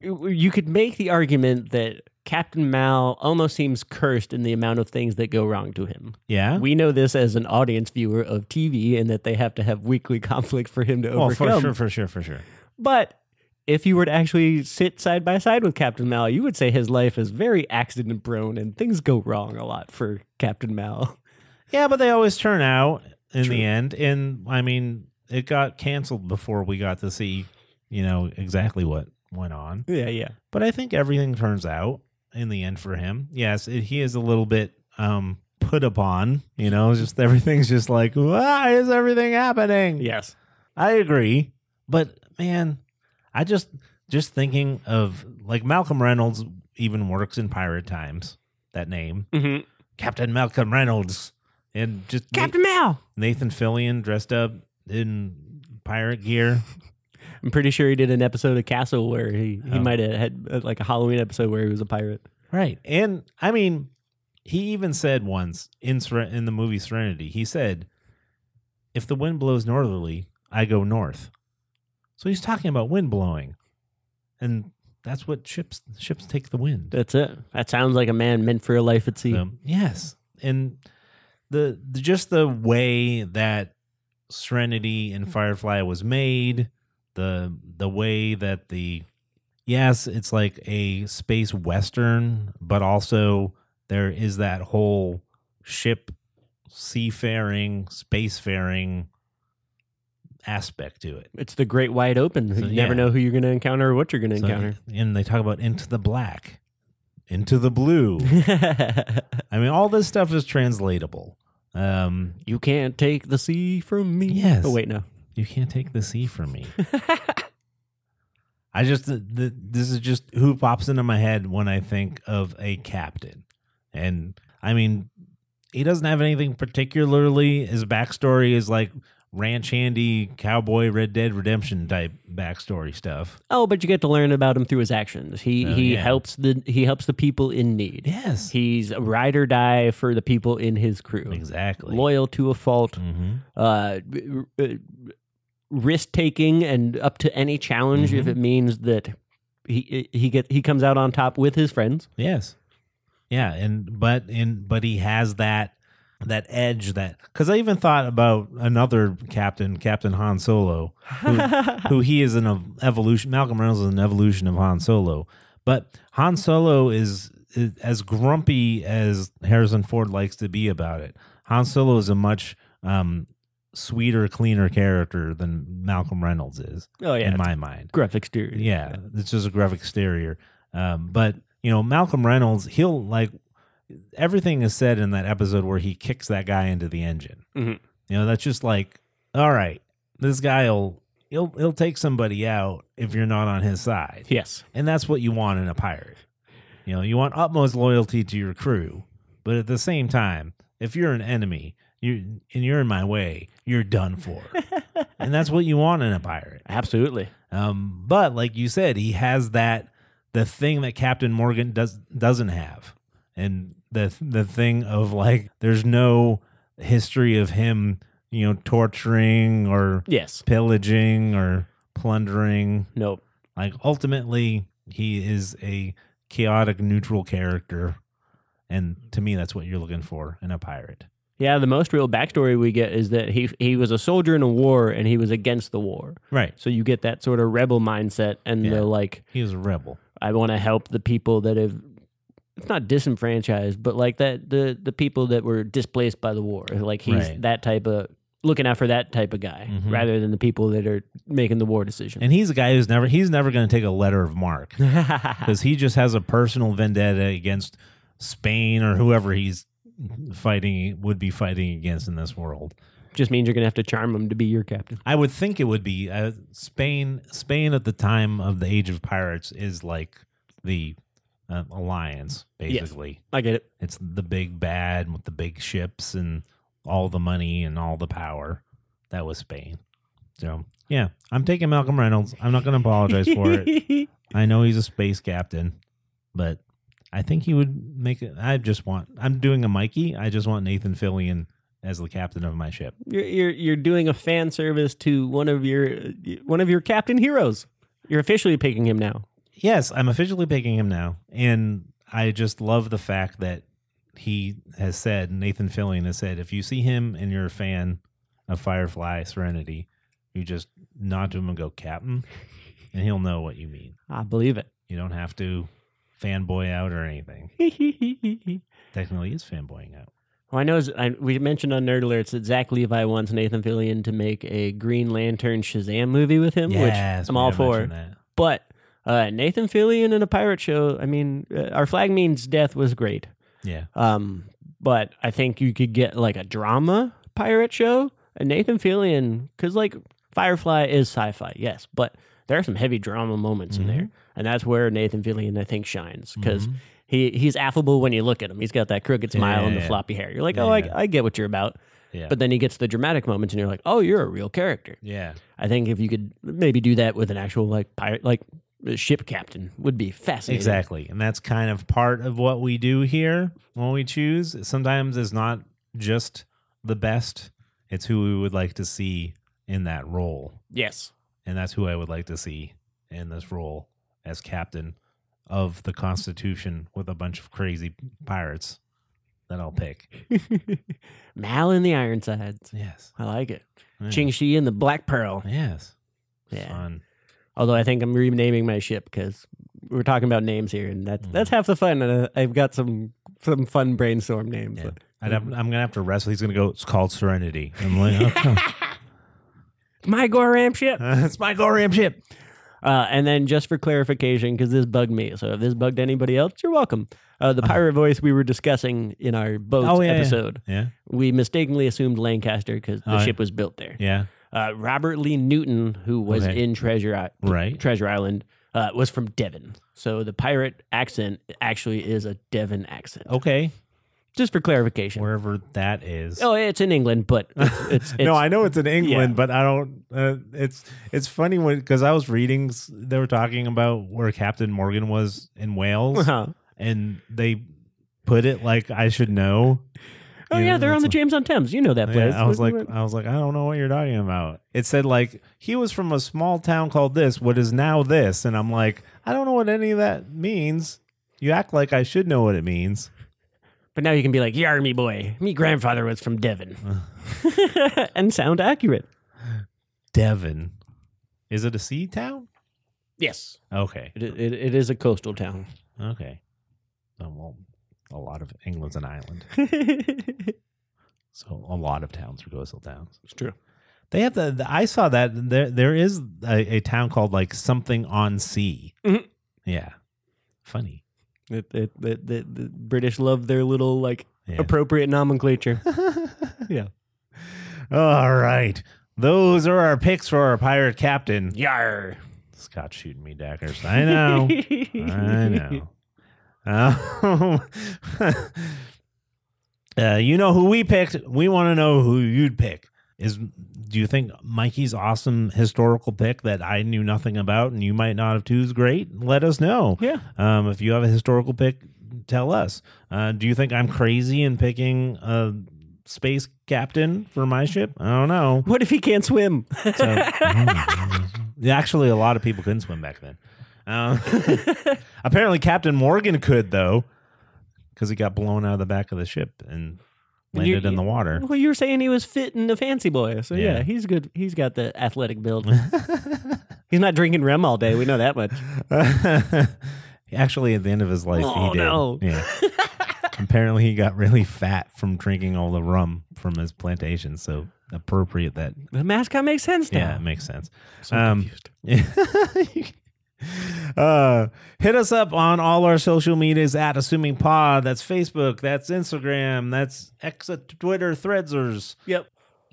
[SPEAKER 4] you could make the argument that Captain Mao almost seems cursed in the amount of things that go wrong to him.
[SPEAKER 3] Yeah.
[SPEAKER 4] We know this as an audience viewer of TV, and that they have to have weekly [laughs] conflict for him to
[SPEAKER 3] well,
[SPEAKER 4] overcome.
[SPEAKER 3] Oh, for sure, for sure, for sure.
[SPEAKER 4] But if you were to actually sit side by side with Captain Mal, you would say his life is very accident prone and things go wrong a lot for Captain Mal. [laughs]
[SPEAKER 3] Yeah, but they always turn out in
[SPEAKER 4] True.
[SPEAKER 3] the end. And I mean, it got canceled before we got to see, you know, exactly what went on.
[SPEAKER 4] Yeah, yeah.
[SPEAKER 3] But I think everything turns out in the end for him. Yes, it, he is a little bit um put upon, you know, just everything's just like, why is everything happening?
[SPEAKER 4] Yes.
[SPEAKER 3] I agree, but man, I just just thinking of like Malcolm Reynolds even works in Pirate Times. That name,
[SPEAKER 4] Mm-hmm.
[SPEAKER 3] Captain Malcolm Reynolds, and just Na-
[SPEAKER 4] Captain Mal.
[SPEAKER 3] Nathan Fillion dressed up in pirate gear.
[SPEAKER 4] I'm pretty sure he did an episode of Castle where he, he
[SPEAKER 3] Oh.
[SPEAKER 4] might have had uh, like a Halloween episode where he was a pirate.
[SPEAKER 3] Right. And I mean, he even said once in Seren- in the movie Serenity, he said, "If the wind blows northerly, I go north." So he's talking about wind blowing, and that's what ships ships take the wind.
[SPEAKER 4] That's it. That sounds like a man meant for a life at sea.
[SPEAKER 3] Um, yes, and the, the just the way that Serenity and Firefly was made, the the way that the yes, it's like a space western, but also there is that whole ship seafaring, spacefaring aspect to it.
[SPEAKER 4] It's the great wide open.
[SPEAKER 3] So,
[SPEAKER 4] you never
[SPEAKER 3] yeah.
[SPEAKER 4] know who you're going to encounter or what you're going to
[SPEAKER 3] So-
[SPEAKER 4] encounter.
[SPEAKER 3] and they talk about into the black, into the
[SPEAKER 4] [laughs]
[SPEAKER 3] blue. I mean, all this stuff is translatable. Um,
[SPEAKER 4] you can't take the sea from me.
[SPEAKER 3] Yes.
[SPEAKER 4] Oh, wait, no.
[SPEAKER 3] You can't take the C from me. I just th th this is just who pops into my head when I think of a captain, and I mean, he doesn't have anything particularly. His backstory is like ranch handy cowboy Red Dead Redemption type backstory stuff.
[SPEAKER 4] Oh, but you get to learn about him through his actions. He
[SPEAKER 3] Oh,
[SPEAKER 4] he
[SPEAKER 3] yeah.
[SPEAKER 4] helps the he helps the people in need.
[SPEAKER 3] Yes,
[SPEAKER 4] He's a ride or die for the people in his crew.
[SPEAKER 3] exactly.
[SPEAKER 4] Loyal to a fault,
[SPEAKER 3] hmm
[SPEAKER 4] uh, r- r- risk taking, and up to any challenge if
[SPEAKER 3] Mhm.
[SPEAKER 4] it means that he he get he comes out on top with his
[SPEAKER 3] [laughs]
[SPEAKER 4] friends.
[SPEAKER 3] Yes. Yeah, and but in but he has that that edge that because I even thought about another captain, Captain Han Solo,
[SPEAKER 4] Hmm.
[SPEAKER 3] who, who he is an ev- evolution. Malcolm Reynolds is an evolution of Han Solo, but Han Solo is, is as grumpy as Harrison Ford likes to be about it. Han Solo is a much um, sweeter, cleaner character than Malcolm Reynolds is
[SPEAKER 4] Oh yeah,
[SPEAKER 3] in my mind.
[SPEAKER 4] gruff exterior.
[SPEAKER 3] Yeah, it's just a graphic exterior. Um, but you know, Malcolm Reynolds, he'll like everything is said in that episode where he kicks that guy into the engine.
[SPEAKER 4] Mhm.
[SPEAKER 3] You know, that's just like, all right, this guy'll he'll he'll take somebody out if you're not on his side,
[SPEAKER 4] Yes.
[SPEAKER 3] and that's what you want in a pirate. You know, you want utmost loyalty to your crew, but at the same time, if you're an enemy, you and you're in my way, you're done for. and that's what you want in a pirate.
[SPEAKER 4] Absolutely.
[SPEAKER 3] Um, but like you said, he has that the thing that Captain Morgan does doesn't have, and the the thing of like there's no history of him, you know, torturing or
[SPEAKER 4] Yes.
[SPEAKER 3] pillaging or plundering.
[SPEAKER 4] Nope.
[SPEAKER 3] Like ultimately, he is a chaotic neutral character, and to me, that's what you're looking for in a pirate.
[SPEAKER 4] Yeah, the most real backstory we get is that he he was a soldier in a war and he was against the war.
[SPEAKER 3] Right.
[SPEAKER 4] So you get that sort of rebel mindset and
[SPEAKER 3] Yeah.
[SPEAKER 4] the like,
[SPEAKER 3] He is a rebel.
[SPEAKER 4] I want to help the people that have it's not disenfranchised, but like that the the people that were displaced by the war. Like he's
[SPEAKER 3] Right.
[SPEAKER 4] that type of looking out for that type of guy
[SPEAKER 3] Mhm.
[SPEAKER 4] rather than the people that are making the war decision.
[SPEAKER 3] And he's a guy who's never he's never going to take a letter of
[SPEAKER 4] [laughs]
[SPEAKER 3] mark. because he just has a personal vendetta against Spain or whoever he's fighting would be fighting against in this world.
[SPEAKER 4] Just means you're gonna have to charm him to be your captain.
[SPEAKER 3] I would think it would be uh, Spain. Spain at the time of the Age of Pirates is like the uh, alliance,
[SPEAKER 4] Yes.
[SPEAKER 3] basically.
[SPEAKER 4] I get it. [laughs]
[SPEAKER 3] It's the big bad with the big ships and all the money and all the power. That was Spain. So yeah, I'm taking Malcolm Reynolds. I'm not going to apologize for
[SPEAKER 4] [laughs]
[SPEAKER 3] it. I know he's a space captain, but I think he would make it. I just want. I'm doing a Mikey. I just want Nathan Fillion as the captain of my ship.
[SPEAKER 4] You're, you're you're doing a fan service to one of your one of your captain heroes. You're officially picking him now.
[SPEAKER 3] Yes, I'm officially picking him now, and I just love the fact that he has said Nathan Fillion has said if you see him and you're a fan of Firefly Serenity, you just nod to him and go captain, and he'll know what you mean.
[SPEAKER 4] I believe it.
[SPEAKER 3] You don't have to fanboy out or anything.
[SPEAKER 4] [laughs]
[SPEAKER 3] Technically, it's fanboying out.
[SPEAKER 4] well, I know I, we mentioned on Nerd Alerts that Zach Levi wants Nathan Fillion to make a Green Lantern Shazam movie with him,
[SPEAKER 3] Yes,
[SPEAKER 4] which I'm
[SPEAKER 3] we
[SPEAKER 4] all
[SPEAKER 3] gotta mention
[SPEAKER 4] for.
[SPEAKER 3] That.
[SPEAKER 4] But uh, Nathan Fillion in a pirate show, I mean, uh, Our Flag Means Death was great.
[SPEAKER 3] Yeah,
[SPEAKER 4] Um, but I think you could get like a drama pirate show. And Nathan Fillion, because like Firefly is sci fi, yes, but there are some heavy drama moments in there.
[SPEAKER 3] Mm-hmm.
[SPEAKER 4] And that's where Nathan Fillion, I think, shines because
[SPEAKER 3] Mhm.
[SPEAKER 4] he, he's affable when you look at him. He's got that crooked smile
[SPEAKER 3] Yeah,
[SPEAKER 4] and the
[SPEAKER 3] yeah.
[SPEAKER 4] floppy hair. You're like,
[SPEAKER 3] Yeah,
[SPEAKER 4] oh,
[SPEAKER 3] yeah.
[SPEAKER 4] I, I get what you're about.
[SPEAKER 3] yeah,
[SPEAKER 4] But then he gets the dramatic moments and you're like, oh, you're a real character.
[SPEAKER 3] yeah.
[SPEAKER 4] I think if you could maybe do that with an actual like pirate, like uh, ship captain would be fascinating.
[SPEAKER 3] Exactly. And that's kind of part of what we do here when we choose. Sometimes it's not just the best, it's who we would like to see in that role.
[SPEAKER 4] Yes. [laughs]
[SPEAKER 3] And that's who I would like to see in this role as captain of the Constitution with a bunch of crazy pirates that I'll pick.
[SPEAKER 4] Mal in the Ironsides.
[SPEAKER 3] Yes.
[SPEAKER 4] I like it.
[SPEAKER 3] Yeah.
[SPEAKER 4] Ching Shi and the Black Pearl.
[SPEAKER 3] Yes.
[SPEAKER 4] Yeah.
[SPEAKER 3] Fun.
[SPEAKER 4] Although I think I'm renaming my ship because we're talking about names here, and that's
[SPEAKER 3] Mm.
[SPEAKER 4] that's half the fun. And uh, I've got some some fun brainstorm names.
[SPEAKER 3] Yeah. I'd have, I'm going to have to wrestle. He's going to go, it's called Serenity. I'm like, "Oh, [laughs]
[SPEAKER 4] My Goram ship.
[SPEAKER 3] it's my Goram ship.
[SPEAKER 4] Uh, and then just for clarification, because this bugged me, so if this bugged anybody else, you're welcome. Uh, the pirate voice we were discussing in our boats
[SPEAKER 3] Uh-huh. Oh, yeah, yeah.
[SPEAKER 4] episode,
[SPEAKER 3] Yeah.
[SPEAKER 4] we mistakenly assumed Lancaster because the
[SPEAKER 3] Oh, yeah.
[SPEAKER 4] ship was built there.
[SPEAKER 3] Yeah.
[SPEAKER 4] Uh, Robert Lee Newton, who was
[SPEAKER 3] Okay.
[SPEAKER 4] in Treasure I-
[SPEAKER 3] Right.
[SPEAKER 4] Treasure Island, uh, was from Devon. So the pirate accent actually is a Devon accent.
[SPEAKER 3] Okay.
[SPEAKER 4] Just for clarification.
[SPEAKER 3] wherever that is.
[SPEAKER 4] Oh, it's in
[SPEAKER 3] [laughs]
[SPEAKER 4] England, but it's, it's, it's
[SPEAKER 3] no, I know it's in England,
[SPEAKER 4] yeah.
[SPEAKER 3] but I don't. Uh, it's it's funny when because I was reading s- they were talking about where Captain Morgan was in Wales,
[SPEAKER 4] [laughs] Uh-huh.
[SPEAKER 3] and they put it like I should know.
[SPEAKER 4] Oh
[SPEAKER 3] You
[SPEAKER 4] yeah,
[SPEAKER 3] know,
[SPEAKER 4] they're on the
[SPEAKER 3] it's
[SPEAKER 4] James on Thames. You know that
[SPEAKER 3] like-
[SPEAKER 4] place.
[SPEAKER 3] yeah, I was
[SPEAKER 4] What-
[SPEAKER 3] like, uh,
[SPEAKER 4] what-
[SPEAKER 3] I was like, I don't know what you're talking about. It said like he was from a small town called this, what is now this, and I'm like, I don't know what any of that means. You act like I should know what it means.
[SPEAKER 4] but now you can be like, "Yar me boy, me grandfather was from Devon," [laughs] and sound accurate.
[SPEAKER 3] Devon, is it a sea town?
[SPEAKER 4] Yes,
[SPEAKER 3] Okay,
[SPEAKER 4] it, it, it is a coastal town.
[SPEAKER 3] Okay. Oh, well, a lot of England's an island,
[SPEAKER 4] it's
[SPEAKER 3] so a lot of towns are coastal towns.
[SPEAKER 4] true.
[SPEAKER 3] They have the, the- I saw that there there is a, a town called like something on sea.
[SPEAKER 4] Mhm.
[SPEAKER 3] Yeah, funny.
[SPEAKER 4] It, it, it, the, the British love their little like
[SPEAKER 3] Yeah.
[SPEAKER 4] appropriate nomenclature.
[SPEAKER 3] [laughs] yeah. All right, those are our picks for our pirate captain.
[SPEAKER 4] Yar.
[SPEAKER 3] Scott's shooting me daggers. I
[SPEAKER 4] [laughs]
[SPEAKER 3] know. I know. [laughs] Um, [laughs] uh, you know who we picked. We want to know who you'd pick. Is do you think Mikey's awesome historical pick that I knew nothing about and you might not have too is great? Let us know.
[SPEAKER 4] Yeah.
[SPEAKER 3] Um, if you have a historical pick, tell us. Uh, do you think I'm crazy in picking a space captain for my ship? I don't know.
[SPEAKER 4] What if he can't swim?
[SPEAKER 3] So, [laughs] actually, a lot of people couldn't swim back then. Uh, [laughs] apparently, Captain Morgan could though, because he got blown out of the back of the ship and
[SPEAKER 4] And you-
[SPEAKER 3] landed in the
[SPEAKER 4] [laughs]
[SPEAKER 3] water. [laughs]
[SPEAKER 4] Well, you were saying he was fit and a fancy boy, so yeah.
[SPEAKER 3] Yeah.
[SPEAKER 4] he's good. He's got the athletic build.
[SPEAKER 3] [laughs]
[SPEAKER 4] he's not drinking rum all day. We know that much.
[SPEAKER 3] actually, at the end of his life,
[SPEAKER 4] Oh,
[SPEAKER 3] he did.
[SPEAKER 4] no. [laughs]
[SPEAKER 3] Yeah. apparently, he got really fat from drinking all the rum from his plantation. So appropriate that.
[SPEAKER 4] The mascot makes sense
[SPEAKER 3] Yeah, it
[SPEAKER 4] now.
[SPEAKER 3] makes sense.
[SPEAKER 4] So
[SPEAKER 3] um,
[SPEAKER 4] confused.
[SPEAKER 3] Yeah. [laughs] Uh, hit us up on all our social medias at Assuming Pod. That's Facebook, that's Instagram, that's X, uh, Twitter, Threadsers.
[SPEAKER 4] Yep.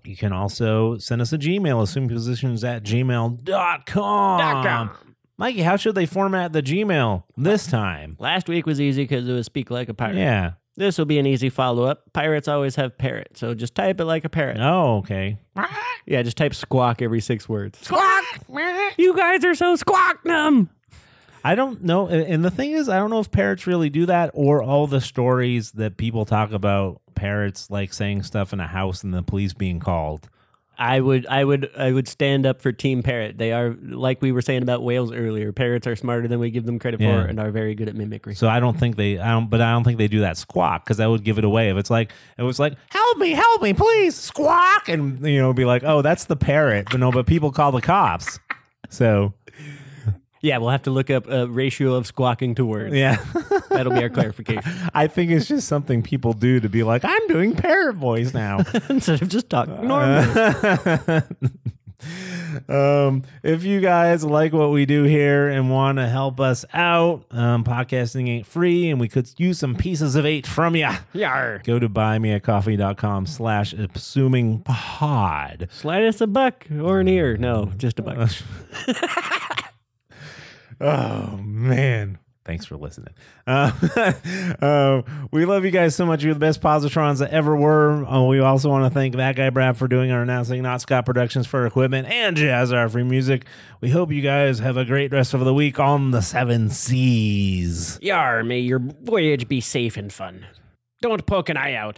[SPEAKER 3] You can also send us a Gmail, assumingpositions at gmail.com.
[SPEAKER 5] Dot
[SPEAKER 3] com.
[SPEAKER 5] com.
[SPEAKER 3] Mikey, how should they format the Gmail this time?
[SPEAKER 4] Last week was easy because it was speak like a pirate.
[SPEAKER 3] Yeah.
[SPEAKER 4] This will be an easy follow up. Pirates always have parrot, so just type it like a parrot.
[SPEAKER 3] Oh, okay.
[SPEAKER 4] Yeah, just type squawk every six words.
[SPEAKER 5] You guys are so squawk numb.
[SPEAKER 3] I don't know. And and the thing is, I don't know if parrots really do that or all the stories that people talk about parrots like saying stuff in a house and the police being called.
[SPEAKER 4] I would, I would, I would stand up for Team Parrot. They are like we were saying about whales earlier. Parrots are smarter than we give them credit
[SPEAKER 3] Yeah.
[SPEAKER 4] for, and are very good at mimicry.
[SPEAKER 3] So I don't think they, I don't, but I don't think they do that squawk because that would give it away. If it's like, it was like, help me, help me, please, squawk. And, you know, be like, oh, that's the parrot. But no, but people call the cops. So,
[SPEAKER 4] yeah, we'll have to look up a ratio of squawking to words.
[SPEAKER 3] yeah. [laughs]
[SPEAKER 4] That'll be our clarification
[SPEAKER 3] I think it's just something people do to be like, I'm doing parrot voice now.
[SPEAKER 4] [laughs] instead of just talking normal.
[SPEAKER 3] Uh, [laughs] um, if you guys like what we do here and want to help us out, um, podcasting ain't free and we could use some pieces of eight from you.
[SPEAKER 5] Yar.
[SPEAKER 3] Go to buymeacoffee.com slash assuming pod.
[SPEAKER 4] Slide us a buck or an ear. No, just a buck.
[SPEAKER 3] [laughs] Oh man. Thanks for listening. Uh, [laughs] uh, we love you guys so much. You're the best positrons that ever were. Uh, we also want to thank that guy Brad for doing our announcing, Not Scott Productions for equipment, and Jazz our free music. We hope you guys have a great rest of the week on the seven seas. [laughs]
[SPEAKER 5] Yar, may your voyage be safe and fun. Don't poke an eye out.